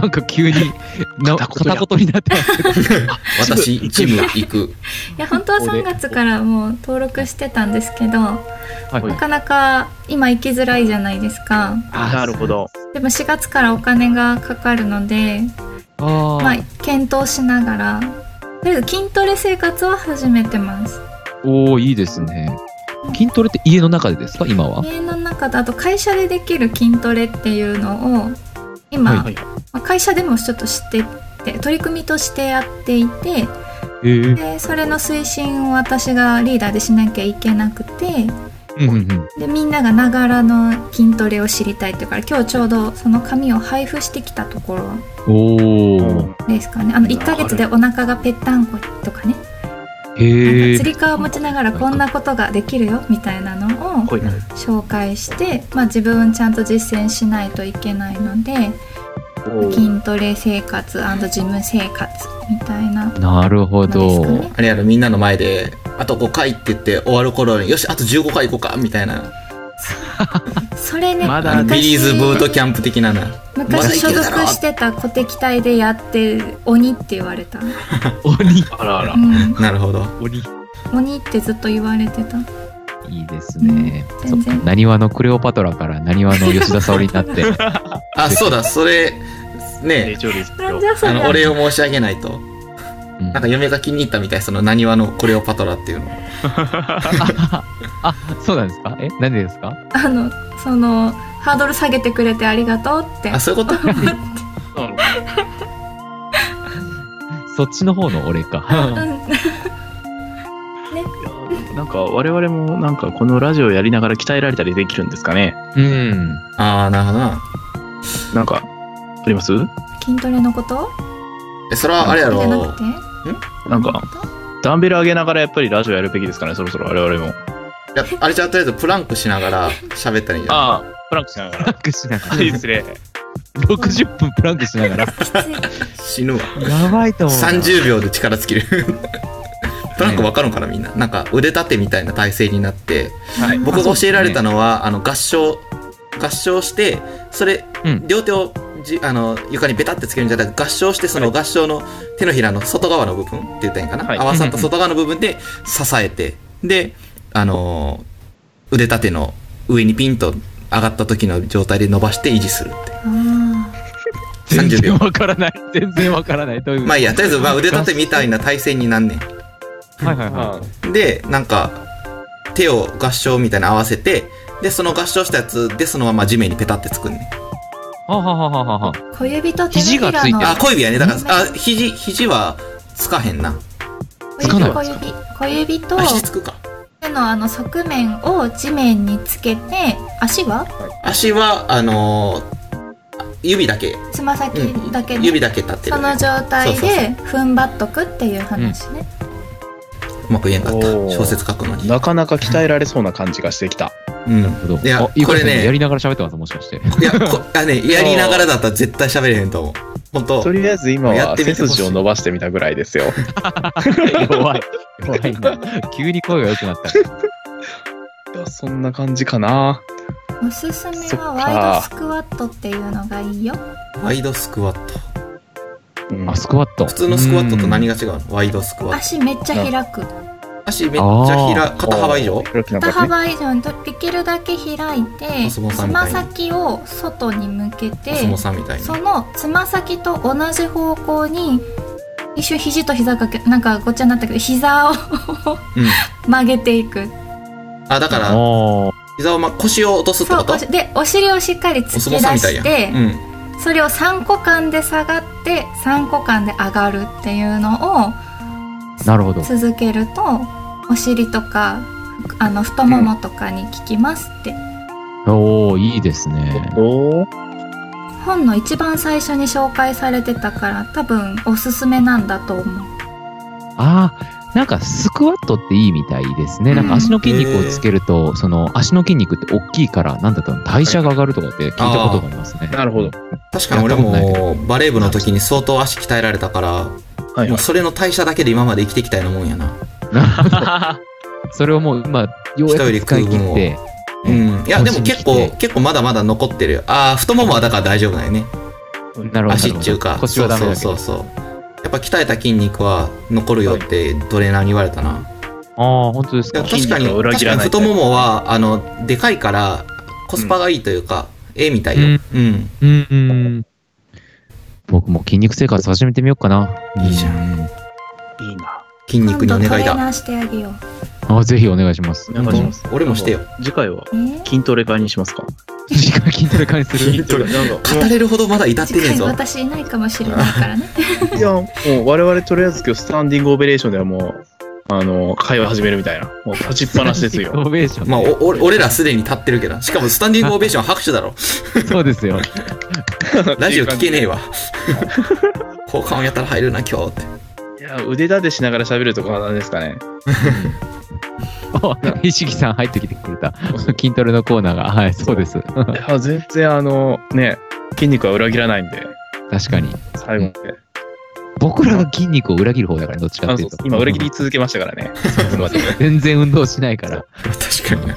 [SPEAKER 2] なんか急に、な
[SPEAKER 3] 片言や
[SPEAKER 2] 片言になって <laughs> ますけど。
[SPEAKER 1] 私、ジム行く。
[SPEAKER 4] いや本当は3月からもう登録してたんですけどな
[SPEAKER 2] はい
[SPEAKER 4] かなか今行きづらいじゃないですか
[SPEAKER 2] あ
[SPEAKER 3] なるほ。ど。
[SPEAKER 4] でも4月からお金がかかるので
[SPEAKER 2] あ
[SPEAKER 4] まあ
[SPEAKER 2] ー
[SPEAKER 4] 検討しながらとりあえず筋トレ生活は始めてます
[SPEAKER 2] おーいいですね。筋トレって家の中でですか今は。
[SPEAKER 4] 家の中だと会社でできる筋トレっていうのを今、
[SPEAKER 2] は
[SPEAKER 3] はい
[SPEAKER 4] まあ会社でもちょっと知ってて取り組みとしてやっていて
[SPEAKER 2] ええ。
[SPEAKER 4] でそれの推進を私がリーダーでしなきゃいけなくて
[SPEAKER 2] うんうんうん。
[SPEAKER 4] でみんながながらの筋トレを知りたいっていうから今日ちょうどその紙を配布してきたところ
[SPEAKER 2] おー。
[SPEAKER 4] ですかねあの1ヶ月でお腹がぺったんことかねなん
[SPEAKER 2] へ
[SPEAKER 4] か
[SPEAKER 2] え
[SPEAKER 4] つ。り革を持ちながらこんなことができるよみたいなのを
[SPEAKER 3] こいな。
[SPEAKER 4] 紹介して、まあ、自分ちゃんと実践しないといけないので筋トレ生活ジム生活みたいな
[SPEAKER 2] なるほど。
[SPEAKER 4] なんですか
[SPEAKER 1] あれあるみんなの前であと5回って言って終わる頃によしあと15回行こうかみたいな
[SPEAKER 4] それね
[SPEAKER 3] まだ
[SPEAKER 1] あのビ
[SPEAKER 3] 懐か
[SPEAKER 4] 昔
[SPEAKER 1] リーズブートキャンプ的なな <laughs> まだ
[SPEAKER 4] 昔
[SPEAKER 1] い
[SPEAKER 4] 所
[SPEAKER 1] ける
[SPEAKER 4] 属
[SPEAKER 1] だろ
[SPEAKER 4] してた小敵隊でやってる鬼って言われた、う
[SPEAKER 2] 鬼。
[SPEAKER 3] あらあら。
[SPEAKER 4] ん、
[SPEAKER 1] なるほど
[SPEAKER 2] 鬼。
[SPEAKER 4] 鬼ってずっと言われてた
[SPEAKER 2] いいですね。
[SPEAKER 4] うん
[SPEAKER 2] そっ
[SPEAKER 4] 全
[SPEAKER 2] か
[SPEAKER 4] 然
[SPEAKER 2] なにわのクレオパトラからなにわの吉田沙保里になって。
[SPEAKER 1] あそうだそれね
[SPEAKER 3] 成長率
[SPEAKER 4] なんじゃそ
[SPEAKER 1] あ
[SPEAKER 4] り
[SPEAKER 1] の
[SPEAKER 4] ゃ
[SPEAKER 1] お礼を申し上げないと
[SPEAKER 2] うん
[SPEAKER 1] なんか嫁が気に入ったみたいそのなにわのクレオパトラっていうの
[SPEAKER 2] あ、そうなんですかえ、なんでですか
[SPEAKER 4] あのそのハードル下げてくれてありがとうって
[SPEAKER 1] あそう <laughs> いうこと
[SPEAKER 2] そっちの方の俺か。
[SPEAKER 4] う
[SPEAKER 3] なんか我々もなんかこのラジオやりながら鍛えられたりできるんですかね
[SPEAKER 2] うん。
[SPEAKER 1] ああなるほどな
[SPEAKER 3] なんかあります
[SPEAKER 4] ん筋トレのこと
[SPEAKER 1] えそれはあれや
[SPEAKER 4] じ
[SPEAKER 1] ろ
[SPEAKER 4] ゃなくて
[SPEAKER 3] なんかダンベル上げながらやっぱりラジオやるべきですかねそろそろ我々も
[SPEAKER 1] いやあれじゃあとりあえずプランクしながら <laughs> 喋ったらいいんじゃない
[SPEAKER 3] ああプランクしなが
[SPEAKER 2] プラ
[SPEAKER 3] ら
[SPEAKER 2] ンクしながら。
[SPEAKER 3] 失礼
[SPEAKER 2] 60分プランクしながら。
[SPEAKER 4] きつい
[SPEAKER 1] 死ぬわ
[SPEAKER 2] やばいと思うな。
[SPEAKER 1] 30秒で力尽きる <laughs> プランク分かるんかなみんななんか腕立てみたいな体勢になって
[SPEAKER 3] はい
[SPEAKER 1] 僕が教えられたのはあの合唱合唱してそれ、
[SPEAKER 2] うん
[SPEAKER 1] 両手をじあの床にベタってつけるんじゃなくて合唱してその合唱の手のひらの外側の部分って言ったらいいんかな、
[SPEAKER 3] はい
[SPEAKER 1] 合わさった外側の部分で支えてであのー腕立ての上にピンと上がった時の状態で伸ばして維持するって
[SPEAKER 4] あ
[SPEAKER 2] 全
[SPEAKER 1] 30秒
[SPEAKER 2] 然わからない。全然わからない。という。
[SPEAKER 1] まあいいやとりあえずまあ腕立てみたいな体勢になんねん
[SPEAKER 2] はいはいはい。
[SPEAKER 1] でなんか手を合掌みたいなの合わせてでその合掌したやつでそのまま地面にペタってつくんね
[SPEAKER 2] はははははは。
[SPEAKER 4] ー小指と手のひ
[SPEAKER 2] 肘がつ
[SPEAKER 4] ら
[SPEAKER 2] いてる
[SPEAKER 4] の
[SPEAKER 1] あ小指やねだからあ肘肘はつかへんな
[SPEAKER 2] つかない
[SPEAKER 4] 小指小指と
[SPEAKER 1] あ肘つくか
[SPEAKER 4] 手のあの側面を地面につけて足は
[SPEAKER 1] 足はあのー指だけ、
[SPEAKER 4] つま先
[SPEAKER 1] うん、
[SPEAKER 4] だけで、
[SPEAKER 1] 指だけ立ってる
[SPEAKER 4] その状
[SPEAKER 1] そ
[SPEAKER 4] 態
[SPEAKER 1] うそう
[SPEAKER 4] で踏ん張っとくっていう話ね、
[SPEAKER 1] うまく言えんかった
[SPEAKER 3] おー
[SPEAKER 1] 小説書くのに
[SPEAKER 3] なかなか鍛えられそうな感じがしてきた
[SPEAKER 1] うん
[SPEAKER 2] なるほど。
[SPEAKER 1] いや
[SPEAKER 2] あゆか
[SPEAKER 1] これ
[SPEAKER 2] さん
[SPEAKER 1] ね
[SPEAKER 2] やりながら喋ってます、もしかして。
[SPEAKER 1] いやこあねやりながらだったら絶対喋れへんと思う本当
[SPEAKER 3] とりあえず今
[SPEAKER 1] やっ
[SPEAKER 3] は
[SPEAKER 1] てみて
[SPEAKER 3] 背
[SPEAKER 1] ほしい
[SPEAKER 3] 筋を伸ばしてみたぐらいですよ
[SPEAKER 2] 弱い。弱いな。急に声が良くなった。
[SPEAKER 3] そんな感じかな
[SPEAKER 4] おすすめ
[SPEAKER 3] そっか
[SPEAKER 4] はワイドスクワットっていうのがいいよ
[SPEAKER 1] ワイドスクワット
[SPEAKER 3] うん
[SPEAKER 2] あ、スクワット。
[SPEAKER 1] 普通のスクワットと何が違うのワイドスクワット
[SPEAKER 4] 足めっちゃ開く
[SPEAKER 1] 足めっちゃ開肩幅以上
[SPEAKER 4] 肩幅以上にとできるだけ開いて
[SPEAKER 1] お
[SPEAKER 4] つ
[SPEAKER 1] 相撲さんみたい
[SPEAKER 4] ま
[SPEAKER 1] に
[SPEAKER 4] 先を外に向けて
[SPEAKER 1] お相撲さんみたいに
[SPEAKER 4] そのつま先と同じ方向に一瞬肘と膝がけなんかごっちゃになったけど膝を
[SPEAKER 1] うん
[SPEAKER 4] <laughs> 曲げていく
[SPEAKER 1] あだから
[SPEAKER 2] おー
[SPEAKER 1] 膝を、ま、腰を落とすって
[SPEAKER 4] そ
[SPEAKER 1] こ
[SPEAKER 4] う
[SPEAKER 1] と
[SPEAKER 4] おしでお尻をしっかり突
[SPEAKER 1] お相撲
[SPEAKER 4] き出
[SPEAKER 1] さんみたい
[SPEAKER 4] し
[SPEAKER 1] や
[SPEAKER 4] て、
[SPEAKER 1] うん
[SPEAKER 4] それを3個間で下がって3個間で上がるっていうのを
[SPEAKER 2] なるほど。
[SPEAKER 4] 続けるとお尻とかあの太ももとかに効きますって、
[SPEAKER 2] おーいいですね。
[SPEAKER 3] おー
[SPEAKER 4] 本の一番最初に紹介されてたから多分おすすめなんだと思う
[SPEAKER 2] ああ、なんかスクワットっていいみたいですね。なんか足の筋肉をつけると、その足の筋肉って大きいから、なんだったの代謝が上がるとかって聞いたことがありますね。
[SPEAKER 3] なるほど。
[SPEAKER 1] 確かに俺
[SPEAKER 2] やった
[SPEAKER 1] も
[SPEAKER 2] こ
[SPEAKER 1] バレー部の時に相当足鍛えられたから、
[SPEAKER 3] はい
[SPEAKER 1] もうそれの代謝だけで今まで生きてきたようなもんやな。
[SPEAKER 2] <laughs> それをもう今、ようやく使い切って、
[SPEAKER 1] うん。いや、でも結
[SPEAKER 2] 腰に
[SPEAKER 1] 構
[SPEAKER 2] き、
[SPEAKER 1] 結構まだまだ残ってるよ。ああ、太ももはだから大丈夫だよね。
[SPEAKER 2] なるほど。
[SPEAKER 1] 足っちゅうか。
[SPEAKER 2] 腰はダメだけ
[SPEAKER 1] そ
[SPEAKER 2] ど
[SPEAKER 1] う。そうそうそう。やっぱ鍛えた筋肉は残るよってトレーナーに言われたな。
[SPEAKER 2] ああ、本当です
[SPEAKER 1] で
[SPEAKER 2] か
[SPEAKER 1] も。確か
[SPEAKER 3] 筋
[SPEAKER 1] に、
[SPEAKER 3] 肉を裏
[SPEAKER 1] 確
[SPEAKER 3] 切
[SPEAKER 1] からに
[SPEAKER 3] ない
[SPEAKER 1] 太ももは、あの、でかいから、コスパがいいというか、ええみたいよ。うん。
[SPEAKER 2] うんうん。僕も筋肉生活始めてみようかな。
[SPEAKER 1] いいじゃ
[SPEAKER 2] ん。
[SPEAKER 3] いいな
[SPEAKER 1] 筋
[SPEAKER 4] 今
[SPEAKER 1] 肉に
[SPEAKER 4] 度
[SPEAKER 1] お
[SPEAKER 4] トレ
[SPEAKER 1] 願い
[SPEAKER 4] ー
[SPEAKER 1] だ。
[SPEAKER 4] ナーしてあげよ
[SPEAKER 2] ああ、ぜひお願いします。
[SPEAKER 3] お願いします
[SPEAKER 1] 俺もしてよ。
[SPEAKER 3] 次回は
[SPEAKER 4] うね
[SPEAKER 3] 筋トレ会にしますか
[SPEAKER 2] 次回筋トレ会にする。
[SPEAKER 1] トレ
[SPEAKER 3] なんか
[SPEAKER 1] 語れるほどまだ至って
[SPEAKER 4] 次
[SPEAKER 1] ねえ
[SPEAKER 4] 回
[SPEAKER 1] ぞ。
[SPEAKER 4] 私いないかもしれないからね
[SPEAKER 3] いや、もう我々とりあえず今日スタンディングオベレーションではもう、あの、会話始めるみたいな。もう立ちっぱなしですよ。
[SPEAKER 2] オベーション。
[SPEAKER 1] まあ、おお俺らすでに立ってるけどしかもスタンディングオベーション拍手だろ
[SPEAKER 2] そうです
[SPEAKER 3] <laughs>
[SPEAKER 2] よ。
[SPEAKER 1] <laughs> ラジオ聞け <laughs> ねえわ交換をやったら入るな今日って
[SPEAKER 3] いや、腕立てしながら喋るとこは何ですかね。
[SPEAKER 2] お石木さん入ってきてくれた。 <laughs> 筋トレのコーナーが。はい、そうです。
[SPEAKER 3] いや、全然あの、ね、筋肉は裏切らないんで、
[SPEAKER 2] 確かに。
[SPEAKER 3] 最後まで。
[SPEAKER 2] 僕らが筋肉を裏切る方だから、どっちか
[SPEAKER 3] あ
[SPEAKER 2] ってい
[SPEAKER 3] そうう
[SPEAKER 2] と。
[SPEAKER 3] 今、裏切り続けましたからね。ここまでいや
[SPEAKER 2] 全然運動しないから。
[SPEAKER 1] 確かにね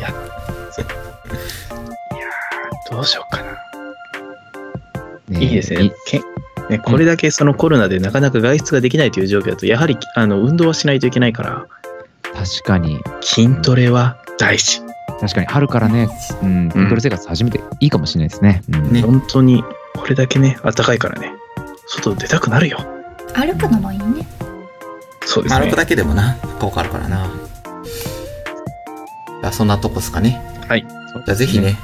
[SPEAKER 3] ーどうしようかな。
[SPEAKER 2] ね
[SPEAKER 3] いいですね。けねこれだけそのコロナでなかなか外出ができないという状況だと、やはりあの運動はしないといけないから、
[SPEAKER 2] 確かに。
[SPEAKER 3] 筋トレは大事。
[SPEAKER 2] 確かに。春からね、うん、筋トレ生活始めていいかもしれないですね。うん
[SPEAKER 1] ね
[SPEAKER 3] 本当に、これだけね、暖かいからね、外出たくなるよ。
[SPEAKER 4] <laughs> 歩くのもいいね
[SPEAKER 3] そうです
[SPEAKER 1] 歩
[SPEAKER 3] ね
[SPEAKER 1] く。だけでもな効果あるからなじゃあそんなとこっすかね
[SPEAKER 3] はい。
[SPEAKER 1] じゃあぜひね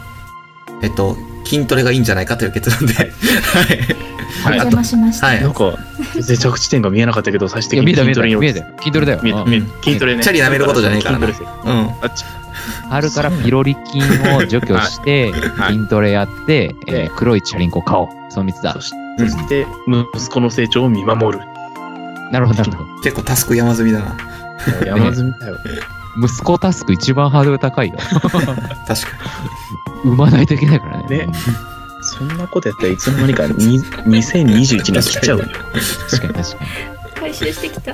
[SPEAKER 1] えっと筋トレがいいんじゃないかという結論ではい
[SPEAKER 4] お
[SPEAKER 3] はい
[SPEAKER 1] あ
[SPEAKER 4] 邪
[SPEAKER 1] と
[SPEAKER 4] 魔しました、
[SPEAKER 1] はい
[SPEAKER 3] なんか、全然着地点が見えなかったけど、最終
[SPEAKER 2] い
[SPEAKER 3] 的
[SPEAKER 2] や、見え
[SPEAKER 3] に
[SPEAKER 2] た見えた。見え
[SPEAKER 3] 筋トレに落
[SPEAKER 2] たよ
[SPEAKER 3] ち
[SPEAKER 2] 筋トレだよ。
[SPEAKER 3] 見えた
[SPEAKER 2] うん
[SPEAKER 3] 見えた筋トレね。
[SPEAKER 1] チャリ舐めることじゃねえからな
[SPEAKER 3] 筋トレ
[SPEAKER 1] <laughs> うん
[SPEAKER 3] あっち
[SPEAKER 2] 春からピロリ菌を除去して、
[SPEAKER 3] い
[SPEAKER 2] 筋トレやって、え
[SPEAKER 3] ええ
[SPEAKER 2] ー黒いチャリンコ買おう。その3つだ
[SPEAKER 3] そ。しそして、息子の成長を見守る。
[SPEAKER 2] なるほど、なるほど。
[SPEAKER 1] 結構タスク山積みだな
[SPEAKER 3] <laughs> 山積みだよ。
[SPEAKER 2] 息子タスク一番ハードル高いよ。
[SPEAKER 1] 確かに
[SPEAKER 2] 産まないといけないからね。
[SPEAKER 3] ねそんなことやったらいつの間にかに2021年来ちゃうよ。
[SPEAKER 2] 確かに確かに。
[SPEAKER 4] 回収してきた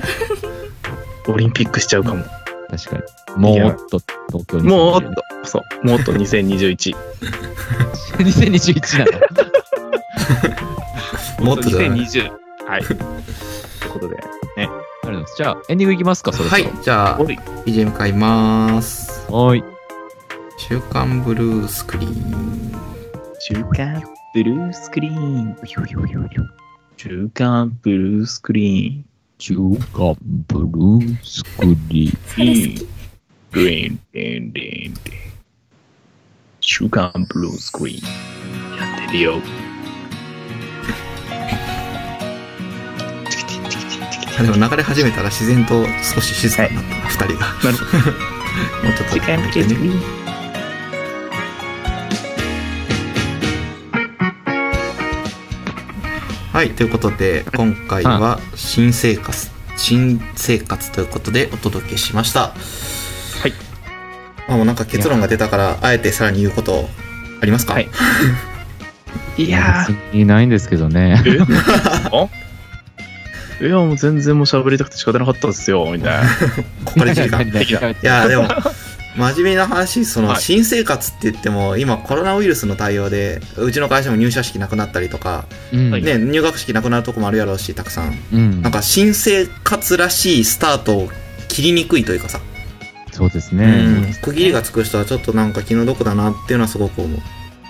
[SPEAKER 3] オリンピックしちゃうかも。
[SPEAKER 2] 確かに。もっと東京に。
[SPEAKER 3] も
[SPEAKER 2] <laughs>
[SPEAKER 3] っと、そう、もっと2021。 <laughs>
[SPEAKER 2] 2021なの。
[SPEAKER 1] もっとじゃない
[SPEAKER 3] 2020。はい。ということで、
[SPEAKER 2] ありがとうございますじゃあ、エンディングいきますか、それ
[SPEAKER 1] はいじゃあ
[SPEAKER 3] おい
[SPEAKER 1] BGM 買います
[SPEAKER 2] はい。
[SPEAKER 1] 週刊ブルースクリーン
[SPEAKER 3] 週刊ブルースクリーン。週刊ブルースクリ
[SPEAKER 2] 中華ブルースクリーン。
[SPEAKER 3] ー
[SPEAKER 4] そ
[SPEAKER 3] ン。
[SPEAKER 4] れ
[SPEAKER 3] い
[SPEAKER 4] 好
[SPEAKER 3] い
[SPEAKER 4] き
[SPEAKER 3] グリーン、リン、リン、リン。週刊ブルースクリーン。やってるよ。
[SPEAKER 1] あでも流れ始めたら自然と少し静かになったな、二人が
[SPEAKER 3] なるほど。
[SPEAKER 1] もうちょっと
[SPEAKER 3] 週刊ブルースクリーン。
[SPEAKER 1] はいということで今回は新生活新生活ということでお届けしましたはいまあもうなんか結論が出たからあえてさらに言うことありますか、
[SPEAKER 3] はいい
[SPEAKER 2] い別にないんですけどね。
[SPEAKER 3] えいや、もう全然もう喋りたくて仕方なかったですよ、みたいな。
[SPEAKER 1] ここで時
[SPEAKER 3] <laughs>
[SPEAKER 1] 間い
[SPEAKER 2] 何々 <laughs> 何々
[SPEAKER 1] やでも真面目な話その
[SPEAKER 3] はい
[SPEAKER 1] 新生活って言っても今コロナウイルスの対応でうちの会社も入社式なくなったりとか、
[SPEAKER 2] うん
[SPEAKER 3] はい
[SPEAKER 1] ね、入学式なくなるとこもあるやろうしたくさん
[SPEAKER 2] うん
[SPEAKER 1] なん。か新生活らしいスタートを切りにくいというかさ、
[SPEAKER 2] そうです
[SPEAKER 1] う
[SPEAKER 2] ね。
[SPEAKER 1] ん、区切りがつく人はちょっとなんか気の毒だなっていうのはすごく思う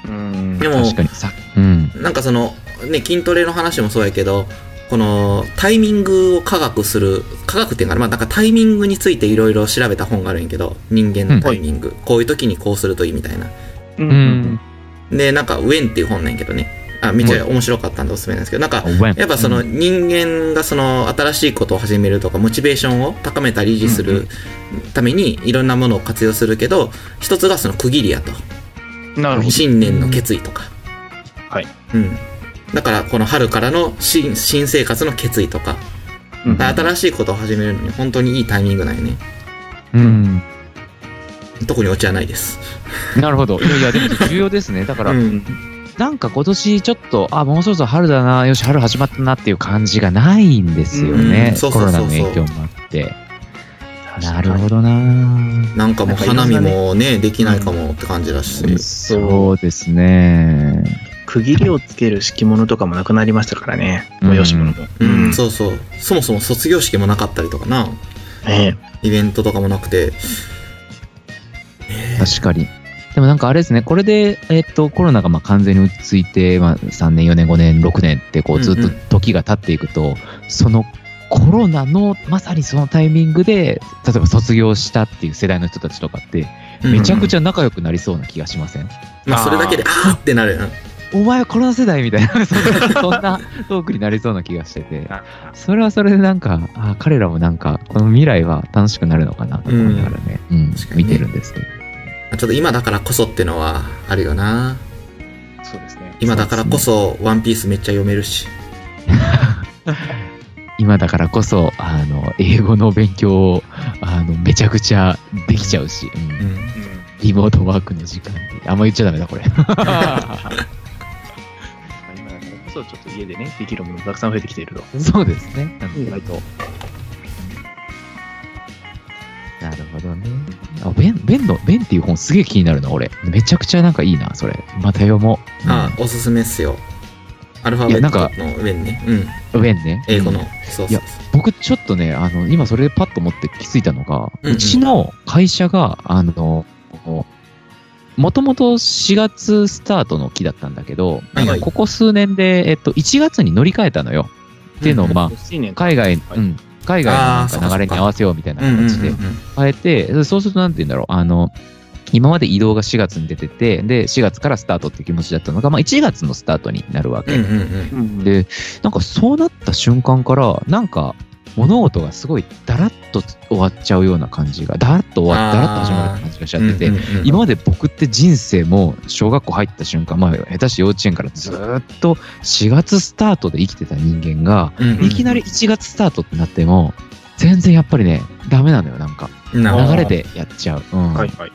[SPEAKER 3] うん
[SPEAKER 1] でも
[SPEAKER 2] 確かにさ。うん。
[SPEAKER 1] なんかその、ね、筋トレの話もそうやけど、このタイミングを科学する、科学っていうかな、まあなんかタイミングについていろいろ調べた本があるんやけど、人間のタイミング、こういう時にこうするといいみたいな。
[SPEAKER 2] う。
[SPEAKER 3] う
[SPEAKER 2] ん。
[SPEAKER 1] で、なんか、ウェンっていう本なんやけどね。あ、めっちゃ面白かったんでおすすめなんですけど、なんか、やっぱその人間がその新しいことを始めるとかモチベーションを高めたり維持するためにいろんなものを活用するけど一つがその区切りやと
[SPEAKER 3] なるほど。
[SPEAKER 1] 新年の決意とか、
[SPEAKER 3] はい
[SPEAKER 1] うん、だからこの春からの新新生活の決意とか
[SPEAKER 3] うん
[SPEAKER 1] 新しいことを始めるのに本当にいいタイミングなんよね
[SPEAKER 2] うん。
[SPEAKER 1] 特にオチはないです
[SPEAKER 2] なるほど。いやいや、でも重要ですね。だから
[SPEAKER 1] う、ん
[SPEAKER 2] なんか今年ちょっと、あ、もうそろそろ春だな、よし、春始まったなっていう感じがないんですよ
[SPEAKER 1] う
[SPEAKER 2] ね
[SPEAKER 1] ん。そう
[SPEAKER 2] コ
[SPEAKER 1] そう
[SPEAKER 2] ロ
[SPEAKER 1] そう
[SPEAKER 2] ナ
[SPEAKER 1] そう
[SPEAKER 2] の影響もあって。なる
[SPEAKER 3] ど。
[SPEAKER 2] ほどな。
[SPEAKER 1] なんかもう
[SPEAKER 3] なんかいろんな
[SPEAKER 1] 花
[SPEAKER 3] ね
[SPEAKER 1] 見もねできないかもって感じだし、
[SPEAKER 3] そ。
[SPEAKER 2] そううですね。
[SPEAKER 3] 区切りをつける敷物とかもなくなりましたからね。
[SPEAKER 2] うん
[SPEAKER 3] 催し物も。
[SPEAKER 1] うん、そうそうそもそも卒業式もなかったりとかな
[SPEAKER 3] ね
[SPEAKER 1] イベントとかもなくて
[SPEAKER 2] 確かに。でもなんかあれですね、これで、えっと、コロナがまあ完全に落ち着いて、まあ、3年、4年、5年、6年って、こ
[SPEAKER 1] うん
[SPEAKER 2] う、
[SPEAKER 1] うん
[SPEAKER 2] ずっと時が経っていくと、そのコロナの、まさにそのタイミングで、例えば卒業したっていう世代の人たちとかって、めちゃくちゃ仲良くなりそうな気がしません、
[SPEAKER 1] まあ、それだけで、あーってなるよな。
[SPEAKER 2] お前はコロナ世代みたいな、そ <laughs> んなそんなトークになりそうな気がして <laughs> て
[SPEAKER 3] あ、
[SPEAKER 2] それはそれでなんか、あ彼らもなんか、この未来は楽しくなるのかなと思いながらね、うん
[SPEAKER 1] 確かにね
[SPEAKER 2] 見てるんですけど。
[SPEAKER 1] ちょっと今だからこそってのはあるよな。
[SPEAKER 3] そうですね。
[SPEAKER 1] 今だからこそ、ワンピースめっちゃ読めるし。
[SPEAKER 2] 今だからこそ、あの、英語の勉強を、あの、めちゃくちゃできちゃうし、うん
[SPEAKER 1] うん。
[SPEAKER 3] うん
[SPEAKER 2] リモートワークの時間って、あんま言っちゃダメだ、これ。
[SPEAKER 3] まあ今だからこそ、ちょっと家でね、できるものがたくさん増えてきていると。
[SPEAKER 2] <laughs> そうですね。
[SPEAKER 3] 意外と。
[SPEAKER 2] なるほどね。あ、ベン、ベンの、ベンっていう本すげえ気になるな、俺。めちゃくちゃなんかいいな、それ。また読もう。
[SPEAKER 1] ああ、おすすめっすよ。アルファベットの上にね。うん。
[SPEAKER 2] うんベンね。
[SPEAKER 1] 英語の
[SPEAKER 2] うん。
[SPEAKER 1] そうそ
[SPEAKER 2] い
[SPEAKER 1] う
[SPEAKER 2] や僕、ちょっとね、あの、今それでパッと持って気づいたのが、
[SPEAKER 1] うんうん
[SPEAKER 2] うちの会社が、あの、もともと4月スタートの期だったんだけど、
[SPEAKER 1] はいはい
[SPEAKER 2] ここ数年で、えっと、1月に乗り換えたのよ。っていうのを、まあ、
[SPEAKER 3] 新年
[SPEAKER 2] 海外、う
[SPEAKER 3] はい
[SPEAKER 2] ん、海外のなんか
[SPEAKER 1] あーそっか
[SPEAKER 2] 流れに合わせようみたいな
[SPEAKER 1] うんうんうんうん。
[SPEAKER 2] 形で変えて、そうするとなんて言うんだろう、あの、今まで移動が4月に出てて、で、4月からスタートっていう気持ちだったのが、まあ1月のスタートになるわけ。
[SPEAKER 1] うんうんうん。
[SPEAKER 3] うん
[SPEAKER 2] でなんかそうなった瞬間から、なんか物事がすごいだらっと終わっちゃうような感じが、だらっと終
[SPEAKER 1] あ
[SPEAKER 2] わっ
[SPEAKER 1] ー
[SPEAKER 2] だらっと始まる感じがしちゃってて、
[SPEAKER 1] うんうんうん
[SPEAKER 2] 今まで僕って人生も小学校入った瞬間、まあ下手し幼稚園からずーっと4月スタートで生きてた人間が、
[SPEAKER 1] うんうん
[SPEAKER 2] いきなり1月スタートってなっても、全然やっぱりね、ダメなのよ、なんか。
[SPEAKER 1] なるほど
[SPEAKER 2] 流れでやっちゃう。うん
[SPEAKER 3] はいはい。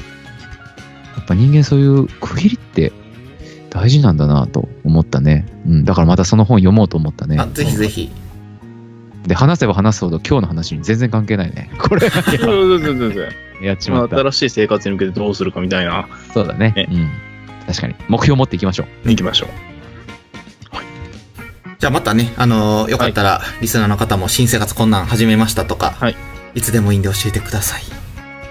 [SPEAKER 2] やっぱ人間そういう区切りって大事なんだなと思ったね。うん、だからまたその本読もうと思ったね
[SPEAKER 1] あ、。ぜひぜひ。
[SPEAKER 2] で、話せば話すほど今日の話に全然関係ないね。 <laughs> これ、
[SPEAKER 3] そうそうそうそう。
[SPEAKER 2] やっちま
[SPEAKER 3] ま
[SPEAKER 2] っ
[SPEAKER 3] あ、
[SPEAKER 2] た。
[SPEAKER 3] 新しい生活に向けてどうするかみたいな。
[SPEAKER 2] そうだね。
[SPEAKER 3] ね
[SPEAKER 2] うん。確かに。目標を持っていきましょう。
[SPEAKER 3] 行きましょう。
[SPEAKER 1] じゃあまたね、あのーよかったら、リスナーの方も新生活こんなん始めましたとか、
[SPEAKER 3] はい。
[SPEAKER 1] いつでもいいんで教えてください。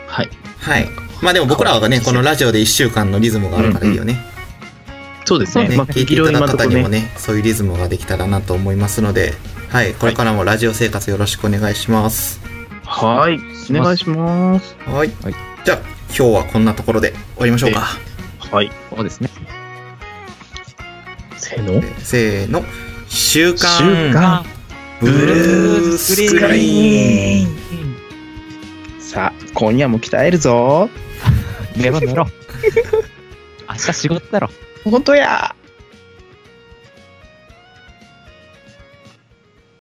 [SPEAKER 3] はい。
[SPEAKER 1] はい。まあでも僕らはね、このラジオで1週間のリズムがあるからいいよね。
[SPEAKER 3] そうですね。
[SPEAKER 1] ね、
[SPEAKER 3] まあ、
[SPEAKER 1] 聞いて
[SPEAKER 3] 適
[SPEAKER 1] い
[SPEAKER 3] 量
[SPEAKER 1] た
[SPEAKER 3] に
[SPEAKER 1] だ
[SPEAKER 3] ま
[SPEAKER 1] く
[SPEAKER 3] た
[SPEAKER 1] 方
[SPEAKER 3] こう
[SPEAKER 1] にも
[SPEAKER 3] ね。
[SPEAKER 1] ね、そういうリズムができたらなと思いますので、はい、これからもラジオ生活よろしくお願いします。
[SPEAKER 3] はい。お願いします。
[SPEAKER 1] はい。
[SPEAKER 2] はい
[SPEAKER 1] じゃあ、今日はこんなところで終わりましょうか。
[SPEAKER 3] はい。
[SPEAKER 2] そうですね。
[SPEAKER 3] せーの。
[SPEAKER 1] えーせーの、週刊
[SPEAKER 3] 週刊
[SPEAKER 1] ブルースクリーン。
[SPEAKER 3] さあ、今夜も鍛えるぞ。
[SPEAKER 2] <laughs> 寝ろ寝ろ。明日仕事だろ。
[SPEAKER 3] 本当や。